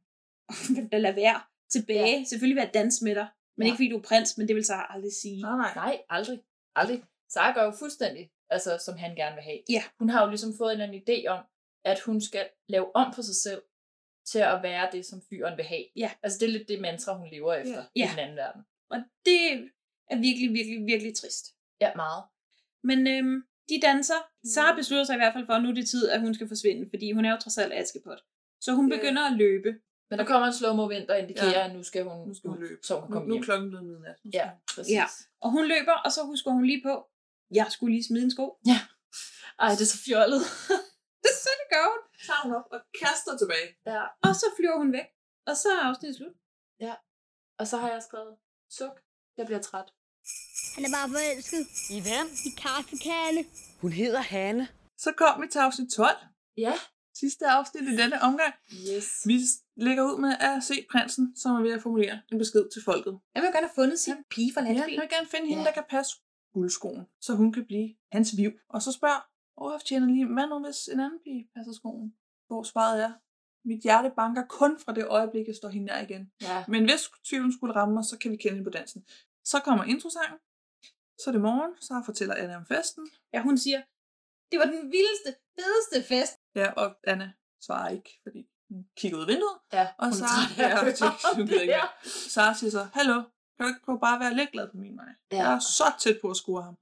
lad lade være tilbage. Ja. Selvfølgelig vil jeg danse med dig. Men Ja. ja. ikke fordi du er prins, men det vil så aldrig sige. Nej, nej. Nej, aldrig. Aldrig. Sara gør jo fuldstændig, altså, som han gerne vil have. Ja. Hun har jo ligesom fået en eller anden idé om, at hun skal lave om på sig selv til at være det, som fyren vil have. Ja. Altså, det er lidt det mantra, hun lever efter Ja. i den anden verden. Og det er virkelig, virkelig, virkelig trist. Ja, meget. Men øhm, de danser. Sara beslutter sig i hvert fald for, at nu er det tid, at hun skal forsvinde, fordi hun er jo trods alt askepot. Så hun Ja. begynder at løbe. Men der kommer en slow-mo vind, der indikerer, ja. at nu skal hun, Nu skal hun løbe. Så hun kan Nu, komme nu er hjem. klokken blevet midnat. Nu skal Ja, hun. præcis. Ja. Og hun løber, og så husker hun lige på, jeg skulle lige smide en sko. Ej, det er så fjollet. Så det gør hun. Tager hun op og kaster tilbage. ja. Og så flyver hun væk. Og så er afsnittet slut. Og så har jeg skrevet, suk, jeg bliver træt. Han er bare forelsket. I hvem? I kaffekande. Hun hedder Hanne. Så kom vi til afsnit 12. Ja. Sidste afsnit i denne omgang. Yes. Vi lægger ud med at se prinsen, som er ved at formulere en besked til folket. Jeg vil gerne have fundet sin pige fra Ja, landsbyen. jeg vil gerne finde hende, Ja. der kan passe guldskoen, så hun kan blive hans viv. Og så spørger Olaf tjener lige, hvad nu hvis en anden pige passer skoen? Hvor svaret er, mit hjerte banker kun fra det øjeblik, jeg står hende nær igen. Ja. Men hvis tvivlen skulle ramme mig, så kan vi kende hende på dansen. Så kommer introsangen. Så er det morgen, så fortæller Anna om festen. Ja, hun siger, det var den vildeste, fedeste fest. Ja, og Anna svarer ikke, fordi hun kigger ud af vinduet. Ja, Og hun så er træt af ja, at hun høre tænker, om hun det gider ikke her. mere. Sara siger så, hallo, kan du ikke prøve bare at være lidt glad på min vej? Ja. Ja. Jeg er så tæt på at score ham.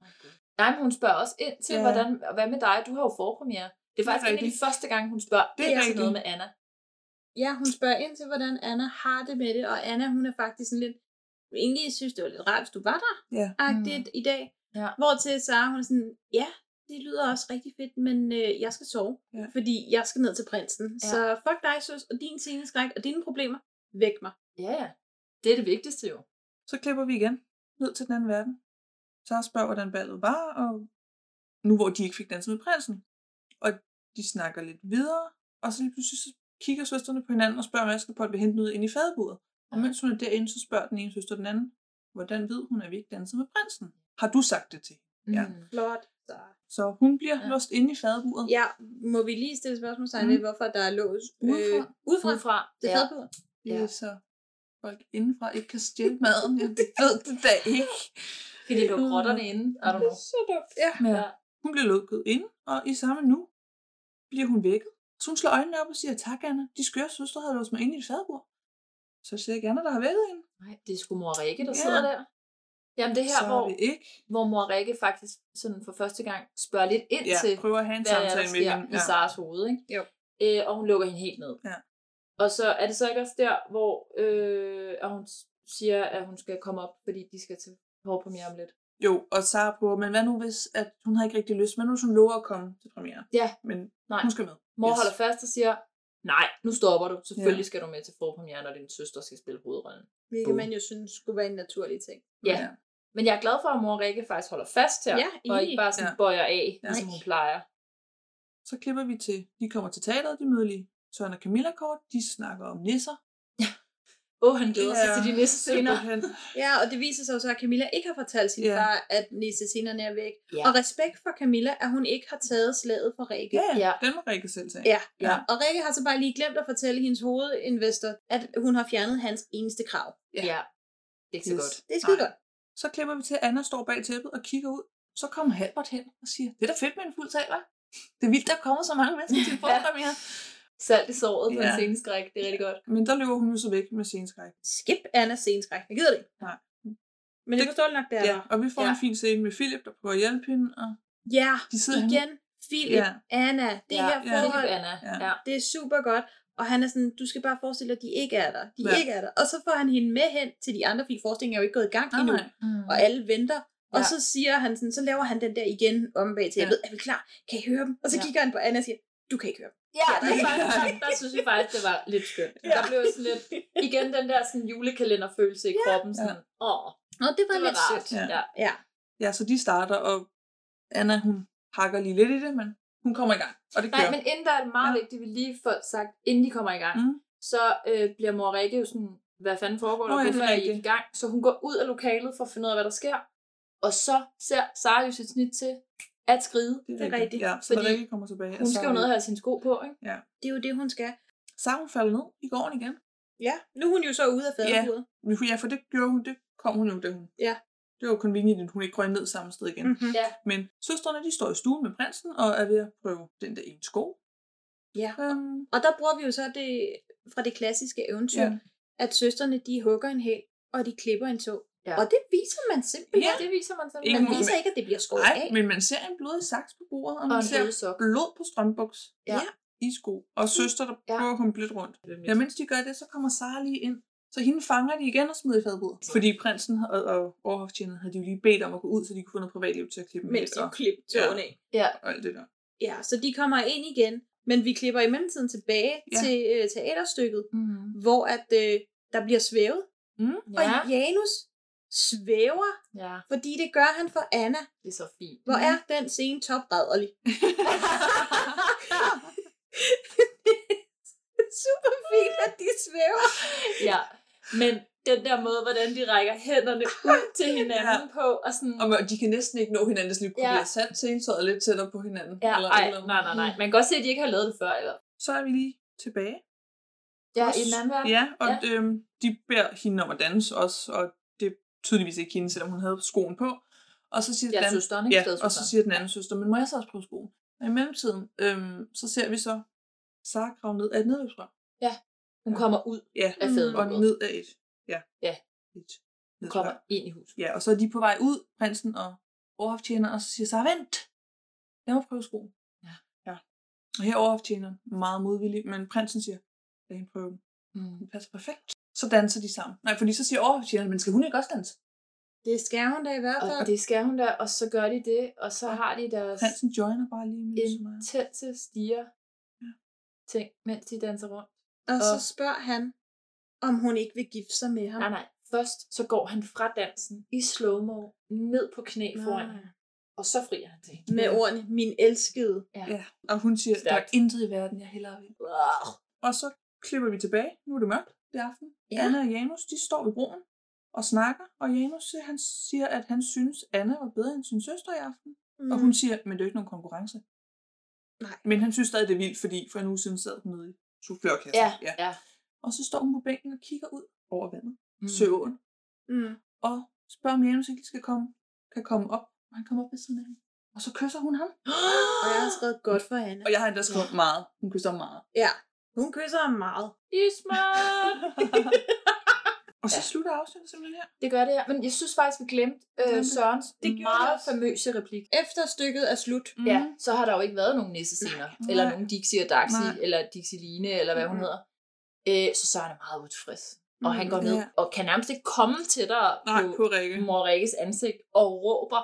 Nej, men hun spørger også ind til, ja. Ja. hvordan, hvad med dig? Du har jo forpremiere. Det er faktisk en af de rigtigt. første gange, hun spørger Det er ind til rigtigt. noget med Anna. Ja, hun spørger ind til, hvordan Anna har det med det. Og Anna, hun er faktisk sådan lidt, egentlig synes, det var lidt rart, hvis du var der. Ja. agtigt mm. i dag. Ja. Hvor til Sara, hun er sådan, ja, det lyder også rigtig fedt, men øh, jeg skal sove, Ja. ja. fordi jeg skal ned til prinsen. Ja. Ja. Så fuck dig, søs, og din sceneskræk, og dine problemer, væk mig. Ja, ja. Det er det vigtigste jo. Så klipper vi igen ned til den anden verden. Sara spørger, hvordan ballet var, og nu hvor de ikke fik danset med prinsen. Og de snakker lidt videre, og så lige pludselig så kigger søsterne på hinanden og spørger, om Askepot vil hente noget ind i fadebordet. Og mens hun er derinde, så spørger den ene søster den anden, hvordan ved hun, at vi ikke danser med prinsen? Har du sagt det til? Ja. Mm. Flot. Så. Så hun bliver ja. låst inde i fadebordet. Ja, må vi lige stille spørgsmålstegn ved, mm. hvorfor der er lås Udefra. udefra? Udefra. Det Ja. er fadebordet. Det er så folk indenfra ikke kan stjæle maden. Jeg ved det da ikke. Kan de lukke rotterne inde? I don't Det know. er så dumt. Mm. Ja. Ja. Hun bliver lukket ind, og i samme nu bliver hun vækket. Så hun slår øjnene op og siger, tak Anna, de skøre søstre havde låst mig inde i et fadbord. Så jeg siger jeg ikke Anna, der har vækket hende. Nej, det er sgu mor Rikke, der Ja. sidder der. Jamen det er her, så hvor, er det ikke. hvor mor Rikke faktisk sådan for første gang spørger lidt ind Ja, til, prøver at have en hvad er der samtale med sker hende. i Ja. Saras hoved. Ikke? Jo. Øh, og hun lukker hende helt ned. Ja. Og så er det så ikke også der, hvor øh, at hun s- siger, at hun skal komme op, fordi de skal til hårpremiere om lidt. Jo, og Sara prøver, men hvad nu hvis, at hun har ikke rigtig lyst, men nu hvis hun lover at komme til premiere. Ja, Men nej. hun skal med. Mor Yes. yes. holder fast og siger, nej, nu stopper du. Selvfølgelig ja. skal du med til forpremieren, når din søster skal spille hovedrollen. Hvilket man jo synes skulle være en naturlig ting. Ja. ja. Men jeg er glad for, at mor Rikke faktisk holder fast her, Ja, og enig. ikke bare sådan Ja. ja. bøjer af, Ja. ja. som hun plejer. Så klipper vi til, de kommer til teateret, de møder lige Søren og Camilla kort, de snakker om nisser. Åh, oh, han glæder sig til de næste scener. simpelthen. Ja, og det viser sig jo så, at Camilla ikke har fortalt sin Ja. far, at nissesinerne er væk. Ja. Og respekt for Camilla, at hun ikke har taget slaget for Rikke. Ja, ja. Ja. den må Rikke selv tage. Ja. ja. Og Rikke har så bare lige glemt at fortælle hendes hovedinvestor, at hun har fjernet hans eneste krav. Ja. ja. Det er ikke så Yes. godt. Det er skide godt. Så klipper vi til, at Anna står bag tæppet og kigger ud. Så kommer Halbert hen og siger, det er da fedt med en fuld sal, hva'? Det er vildt, der kommer så mange mennesker til forpremiere. Salt i såret på ja. en Ja. sceneskræk, det er rigtig godt. Men der løber hun jo så væk med sceneskræk. Skip Anna sceneskræk. Jeg gider det. ikke. Nej. Men det, Det- forstår du nok, det er Ja, der. og vi får ja. Ja. en fin scene med Philip, der prøver at hjælpe hende. Og... Ja, De sidder igen. Philip, Ja. Anna, det ja. her ja. forhold, Philip Anna. Ja. Ja. ja. det er super godt. Og han er sådan, du skal bare forestille dig, at de ikke er der. De Ja. ja. ikke er der. Og så får han hende med hen til de andre, fordi forestillingen er jo ikke gået i gang Nej, endnu. nej. Mm. og alle venter. Og så siger han sådan, så laver han den der igen om bag tæppet. Ja. Er vi klar? Kan I høre dem? Og så Ja. kigger han på Anna og siger, du kan ikke høre dem. Ja, det er faktisk, der, der synes jeg faktisk, det var lidt skønt. Ja. Der blev jeg sådan lidt, igen den der sådan, julekalenderfølelse i kroppen. Sådan, Åh, Og det det var var lidt rart. sødt. Ja. Ja. Ja. Ja, så de starter, og Anna, hun hakker lige lidt i det, men hun kommer i gang. Og det Nej, kører. men inden der er det meget Ja. ja. vigtigt, vi lige får sagt, inden de kommer i gang, Mm. mm. så øh, bliver mor Rikke jo sådan, hvad fanden foregår der, Nå ja, det er hvorfor er I rigtigt. ikke i gang? Så hun går ud af lokalet for at finde ud af, hvad der sker, og så ser Sara jo sit snit til at skride. Det er rigtigt. Ja, så Fordi Rikke kommer tilbage. Altså, og Hun så- skal jo ned og have sine sko på, ikke? Det er jo det, hun skal. Så hun falder ned i gården igen. Ja, nu er hun jo så ude af faderbordet. Ja, for det gjorde hun, det kom hun jo, da hun... Ja. Det var jo convenient, at hun ikke røg ned samme sted igen. Mm-hmm. Ja. Men søstrene, de står i stuen med prinsen og er ved at prøve den der ene sko. ja. Øhm, Og der bruger vi jo så det fra det klassiske eventyr, ja. ja. at søsterne de hugger en hæl, og de klipper en tog. Ja. Og det viser man Ja, simpelthen. det viser man sådan. Ingen Man måde. viser ikke, at det bliver skåret Nej, af. men man ser en blodig saks på bordet, og Og man en ser blød sok. blod på strømbuks Ja. Mm. i sko. Og søster, der Ja. prøver at komme lidt rundt. Ja, mens de gør det, så kommer Sara lige ind. Så hende fanger de igen og smider i fadbordet. Fordi prinsen og, og overhoftjeneren havde de jo lige bedt om at gå ud, så de kunne få noget privatliv til at klippe dem Mens lidt de og, klipper tågen af. Ja. og alt det der. Ja, så de kommer ind igen, men vi klipper i mellemtiden tilbage Ja. ja. til øh, teaterstykket, Mm. hvor at øh, der bliver svævet. Mm. Og Ja. Janus svæver, ja, fordi det gør han for Anna. det er så fint. Hvor er den scene toprædderlig? Super fint, at de svæver. Ja, men den der måde, hvordan de rækker hænderne ud til hinanden ja. på, og sådan... Og man- de kan næsten ikke nå hinanden, så de kunne Ja. blive sat sensøjet lidt tættere på hinanden. Ja, eller, ej, eller. Mm. nej, nej, nej. Man kan godt se, at de ikke har lavet det før, eller? Så er vi lige tilbage. Ja, Også- i den anden verden. Ja, og ja. Øhm, de beder hende om at danse også, og det er tydeligvis ikke hende, selvom hun havde skoen på. Og så siger Ja, den, søsteren, ikke? ja, og så Stedsøsteren. siger den anden søster, men må jeg så også prøve skoen? Og i mellemtiden, øhm, så ser vi så Sara grave ned af et nedløbsrør. Hun kommer ud Ja, af og fadebordet. ned af et. Ja. Ja. Et Hun kommer nedløbsrør. ind i huset. Ja, og så er de på vej ud, prinsen og overhoftjeneren, og så siger Sara, vent! Jeg må prøve skoen. Ja. ja. Og her er overhoftjeneren meget modvillig, men prinsen siger, lad hende prøve den. Mm. Det passer perfekt. Så danser de sammen. Nej, fordi så siger overhoftjeneren, men skal hun ikke også danse? Det skal hun da i hvert Og fald. det skal hun da, og så gør de det, og så har de deres Prinsen joiner bare lige med ligesom så meget. intense stiger ting, mens de danser rundt. Og så og- spørger han, om hun ikke vil gifte sig med ham. Nej, nej. Først så går han fra dansen i slow-mo ned på knæ foran Nå. hende. Og så frier han til hende. Med ordene, min elskede. Ja. ja. Og hun siger, Stærkt. der er intet i verden, jeg hellere vil. Og så klipper vi tilbage. Nu er det mørkt det er aften. Ja. Anna og Janus, de står ved broen og snakker. Og Janus siger, han siger, at han synes, Anna var bedre end sin søster i aften. Mm. Og hun siger, men det er jo ikke nogen konkurrence. Mhm. Nej. Men han synes stadig, det er vildt, fordi for en uge siden sad hun nede i soufflørkassen. Ja, ja. Og så står hun på bænken og kigger ud over vandet. Mm. Mm. Søåen. Mm. Og spørger, om Janus ikke skal komme, kan komme op. Og han kommer op ved siden af hende. Og så kysser hun ham. Og jeg har skrevet godt for Anna. Og jeg har endda skrevet meget. Hun kysser ham meget. Ja, hun kysser ham meget. Isman! Og så slutter afsnittet simpelthen her. Det gør det, ja. Men jeg synes faktisk, vi glemte øh, Glemte. Sørens Det det gjorde vi meget også. famøse replik. Efter stykket er slut. Mm. Ja, så har der jo ikke været nogen nissescener. Nej. Eller nogen Dixie og Daxi, Nej. eller Dixie Line, eller hvad hun Mhm. hedder. Øh, så Søren er meget utilfreds. Og Mm, han går ned ja. og kan nærmest ikke komme tættere Nej, på, på Rikke. mor Rikkes ansigt og råber.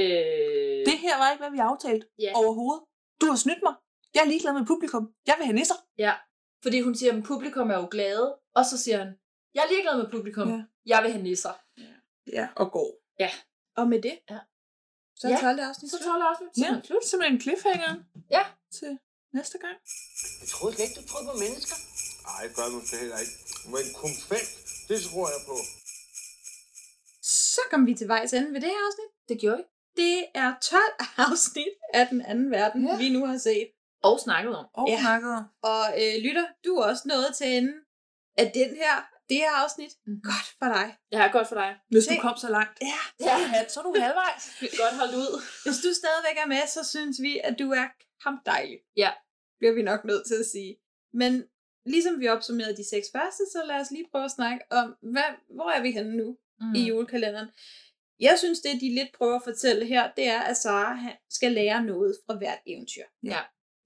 Øh, Det her var ikke, hvad vi aftalte Ja. overhovedet. Du har snydt mig. Jeg er ligeglad med publikum. Jeg vil have nisser. Ja, fordi hun siger, at publikum er jo glade. Og så siger han, jeg er ligeglad med publikum. Ja. Ja. Jeg vil have nisser. Ja, og går. Og med det, Ja. så er Ja. 12. afsnit Så slut. 12 afsnit. Ja, Sådan. slut. Simpelthen cliffhanger Ja. til næste gang. Jeg troede slet ikke, du troede på mennesker. Nej, det gør man det heller ikke. Men konfekt, det tror jeg på. Så kom vi til vejs ende ved det her afsnit. Det gjorde vi. Det er 12 afsnit af den anden verden, ja. Ja. vi nu har set. Og snakket om. Og Ja. ja. snakket om. Og øh, lytter, du er også nået til enden af den her, det her afsnit. Mhm. Godt for dig. Ja, godt for dig. Hvis du Se. kom så langt. Ja. Ja. så er du halvvejs. Godt holdt ud. Hvis du stadigvæk er med, så synes vi, at du er kampdejlig. Ja. Bliver vi nok nødt til at sige. Men ligesom vi opsummerede de seks første, så lad os lige prøve at snakke om, hvad, hvor er vi henne nu mm. i Mhm. julekalenderen? Jeg synes, det de lidt prøver at fortælle her, det er, at Sara han skal lære noget fra hvert eventyr.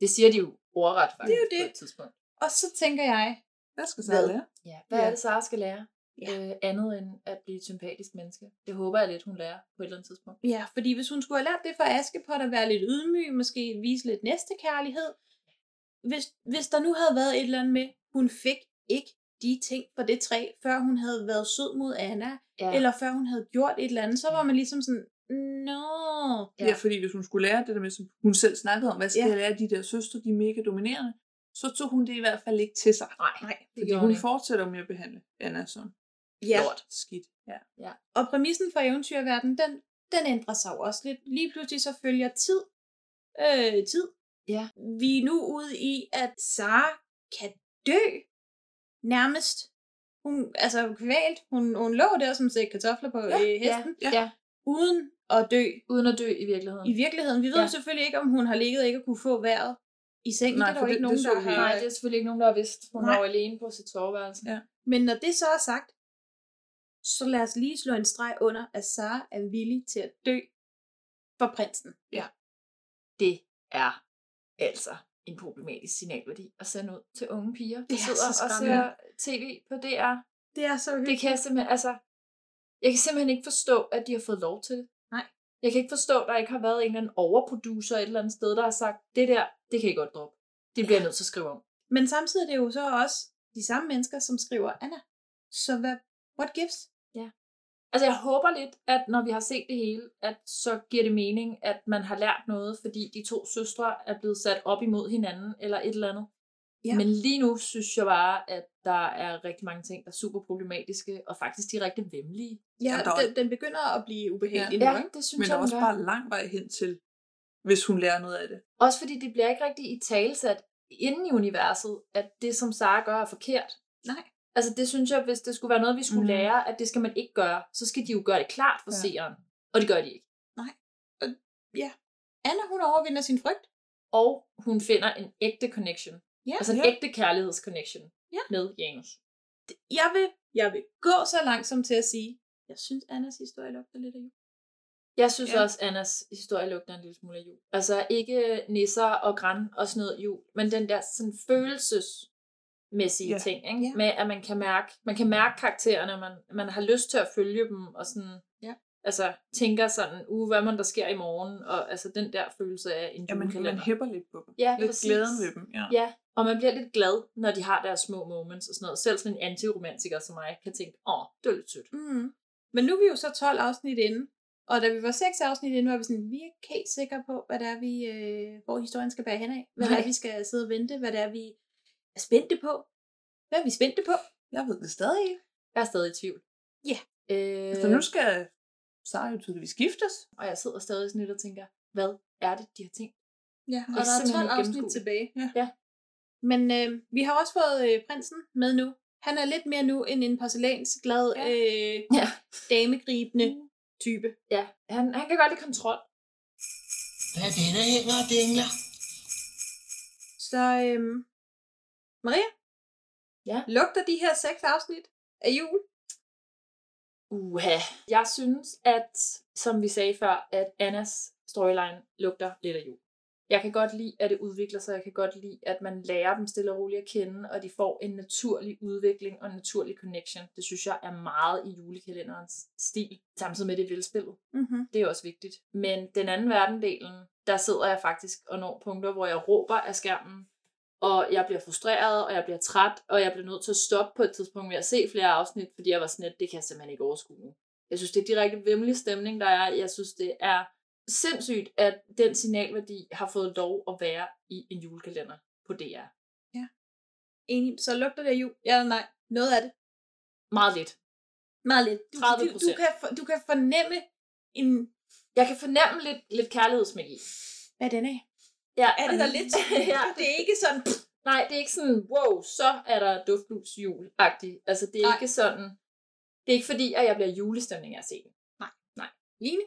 Det siger de jo ordret faktisk Det er jo det. på et tidspunkt. Og så tænker jeg, Hvad skal Hvad? Sara lære? Ja. Hvad Ja. er det, Sara skal lære? Ja. Ja. Øh, andet end at blive et sympatisk menneske. Det håber jeg lidt, hun lærer på et eller andet tidspunkt. Ja, fordi hvis hun skulle have lært det fra Askepot at være lidt ydmyg, måske vise lidt næstekærlighed, hvis, hvis der nu havde været et eller andet med, hun fik ikke de ting fra det træ, før hun havde været sød mod Anna, Ja. ja. eller før hun havde gjort et eller andet, så var man ligesom sådan, nå, Ja. Ja. ja, fordi hvis hun skulle lære det der med, som hun selv snakkede om, hvad skal Ja. ja. jeg lære de der søstre, de er mega dominerende, så tog hun det i hvert fald ikke til sig. Nej, nej. det Fordi gjorde hun hun ikke. fortsætter med at behandle Anna som Ja, lort. Skidt. Ja. og præmissen for eventyrverdenen, den, den ændrer sig jo også lidt. Lige pludselig så følger tid. Øh, tid. Ja. Vi er nu ude i, at Sara kan dø nærmest. Hun, altså kvalt, hun, hun lå der som sæt kartofler på ja, øh, hesten, Ja. ja, uden at dø uden at dø i virkeligheden. i virkeligheden. Vi ved Ja. jo selvfølgelig ikke, om hun har ligget og ikke kunne få vejret i sengen. Nej, Nej, det er der jo for det- ikke det nogen, så der vi har... ikke. Nej, det er selvfølgelig ikke nogen, der har vidst. Hun Nej. var jo alene på sit soveværelse. Ja. Men når det så er sagt, så lad os lige slå en streg under, at Sara er villig til at dø for prinsen. Det er altså en problematisk signalværdi at sende ud til unge piger, der Det er sidder så og ser skræmmende. tv på DR. Det er så Det kan jeg simpelthen, altså, jeg kan simpelthen ikke forstå, at de har fået lov til det. Nej. Jeg kan ikke forstå, at der ikke har været en eller anden overproducer et eller andet sted, der har sagt, det der, det kan I godt droppe. Det bliver jeg nødt til at skrive om. Men samtidig er det jo så også de samme mennesker, som skriver Anna. Så hvad, what gives? Altså, jeg håber lidt, at når vi har set det hele, at så giver det mening, at man har lært noget, fordi de to søstre er blevet sat op imod hinanden, eller et eller andet. Ja. Ja. Men lige nu synes jeg bare, at der er rigtig mange ting, der er super problematiske, og faktisk direkte vemmelige. Ja, Jamen, der er den, den begynder at blive ubehagelig Ja, nu, ikke? det synes Men jeg, der er den også gør. bare lang vej hen til, hvis hun lærer noget af det. Også fordi det bliver ikke rigtig i talesat inden i universet, at det, som Sara gør, er forkert. Nej. Altså det synes jeg, hvis det skulle være noget, vi skulle Mhm. mm. lære, at det skal man ikke gøre, så skal de jo gøre det klart for Ja. ja. seeren. Og det gør de ikke. Anna, hun overvinder sin frygt. Og hun finder en ægte connection. Ja. Altså en Ja. ægte kærlighedsconnection Ja. med Janus. Jeg vil, jeg vil gå så langt som til at sige, jeg synes, Annas historie lugter lidt af jul. Jeg synes Ja. ja. også, Annas historie lugter en lille smule af jul. Altså ikke nisser og græn og sådan noget jul, men den der sådan følelsesmæssige Ja. ja. ting, ikke? Ja. Ja. med at man kan mærke, man kan mærke karaktererne, og man, man har lyst til at følge dem, og sådan, Ja. altså tænker sådan, uh, hvad man der sker i morgen, og altså den der følelse af en Ja, man, julekalender. man hæpper lidt på dem. Ja, lidt præcis. glæden ved dem. Ja. Ja, og man bliver lidt glad, når de har deres små moments og sådan noget. Selv sådan en antiromantiker som mig kan tænke, åh, det er lidt sødt. Mm. Men nu er vi jo så 12 afsnit inde, Og da vi var seks afsnit inde, var vi sådan, vi er ikke helt sikre på, hvad det er, vi, øh, hvor historien skal bære hen af. Hvad det er, Nej. vi skal sidde og vente. Hvad det er, vi er spændte på. Hvad er vi spændte på? Jeg ved det stadig ikke. Jeg er stadig i tvivl. Ja. Øh, Så Altså, nu skal Sara jo tydeligvis skiftes. Og jeg sidder stadig sådan lidt og tænker, hvad er det, de har tænkt? Ja, Det og er der er simpelthen 12 afsnit gennemskueligt. tilbage. Ja. ja. Men øh, vi har også fået øh, prinsen med nu. Han er lidt mere nu end en porcelænsglad, ja. øh, ja. damegribende type. Mm. Ja, han, han kan godt lide kontrol. Hvad er det, der hænger og dingler? Så øhm, Maria, ja. lugter de her seks afsnit af jul? Uha. Jeg synes, at, som vi sagde før, at Annas storyline lugter lidt af jul. Jeg kan godt lide, at det udvikler sig. Jeg kan godt lide, at man lærer dem stille og roligt at kende, og de får en naturlig udvikling og en naturlig connection. Det synes jeg er meget i julekalenderens stil, samtidig med det er velspillet. Mm-hmm. Det er også vigtigt. Men den anden verdendelen, der sidder jeg faktisk og når punkter, hvor jeg råber af skærmen, og jeg bliver frustreret, og jeg bliver træt, og jeg bliver nødt til at stoppe på et tidspunkt med at se flere afsnit, fordi jeg var sådan lidt, det kan jeg simpelthen ikke overskue nu. Jeg synes, det er direkte vemmelig stemning, der er. Jeg synes, det er sindssygt, at den signalværdi har fået lov at være i en julekalender på DR. Enig, så lugter det af jul? Ja eller nej? Noget af det. Meget lidt. Meget lidt. Du, du, 30%. du, kan, for- du kan fornemme en... Jeg kan fornemme lidt, lidt kærlighedsmagi. Hvad er den af? Ja, Er det der lidt? ja. Det er ikke sådan... Nej, det er ikke sådan, wow, så er der duftlus jul -agtigt. Altså, det er Nej. Nej. ikke sådan... Det er ikke fordi, at jeg bliver i julestemning af at se den. Line?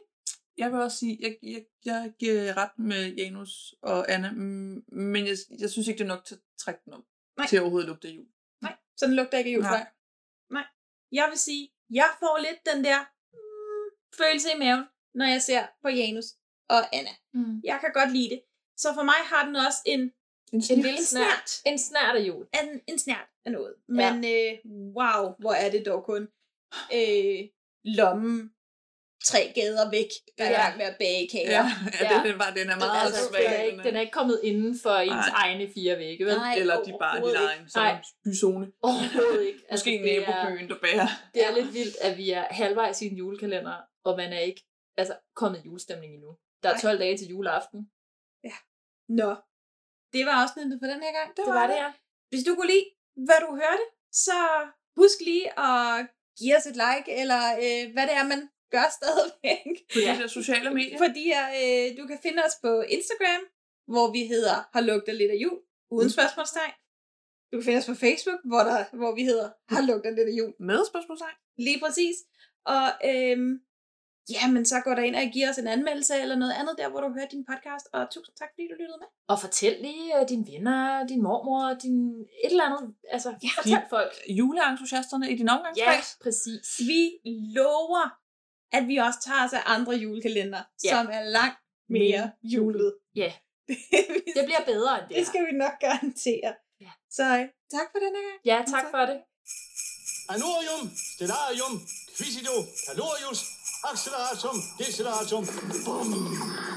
Jeg vil også sige, jeg, jeg, jeg giver jer ret med Janus og Anna, mm, men jeg, jeg synes ikke, det er nok til at trække den om Nej. til overhovedet at lugte af jul. Nej, så den lugter ikke af jul Nej. Nej. Nej. Jeg vil sige, jeg får lidt den der mm, følelse i maven, når jeg ser på Janus og Anna. Mm. Jeg kan godt lide det. Så for mig har den også en, En lille snært. En snært af jul. en, en snært af noget. Men ja. øh, wow, hvor er det dog kun øh, lommen tre gader væk, der er i Ja. gang med at bage kager. Ja, ja, ja. Den, var, den er meget altså, svag. den, er ikke, den er ikke kommet inden for ens Nej. egne fire vægge, vel? Nej, Eller de bare din overhovedet egen ikke. sådan Nej. byzone. Overhovedet ikke. Altså, Måske det er- nabobyen, der bærer. Det er lidt vildt, at vi er halvvejs i en julekalender, og man er ikke altså, kommet i julestemning endnu. Der er Nej. 12 dage til juleaften. Nå. Det var afsnittet for den her gang. Det var det, ja. Hvis du kunne lide, hvad du hørte, så husk lige at give os et like, eller øh, hvad det er, man gør stadigvæk. På de der sociale medier. For de her, øh, du kan finde os på Instagram, hvor vi hedder Har lugter lidt af jul, uden spørgsmålstegn. Du kan finde os på Facebook, hvor, der, hvor vi hedder Har lugter lidt af jul. Med spørgsmålstegn. Lige præcis. Og øhm, ja, men så går der ind og giver os en anmeldelse eller noget andet der, hvor du hører din podcast. Og tusind tak, fordi du lyttede med. Og fortæl lige øh, dine venner, din mormor, din et eller andet. Altså, ja, fortæl folk. Juleentusiasterne i din Ja, omgangskreds. præcis. Vi lover, at vi også tager os af andre julekalender, Ja. som er langt mere julet. Ja. Det bliver bedre end det Det her. skal vi nok garantere. Så øh, tak for denne gang. Ja, tak for det. Anorium, stellarium, quisido, calorius, acceleratum, deceleratum. Bum.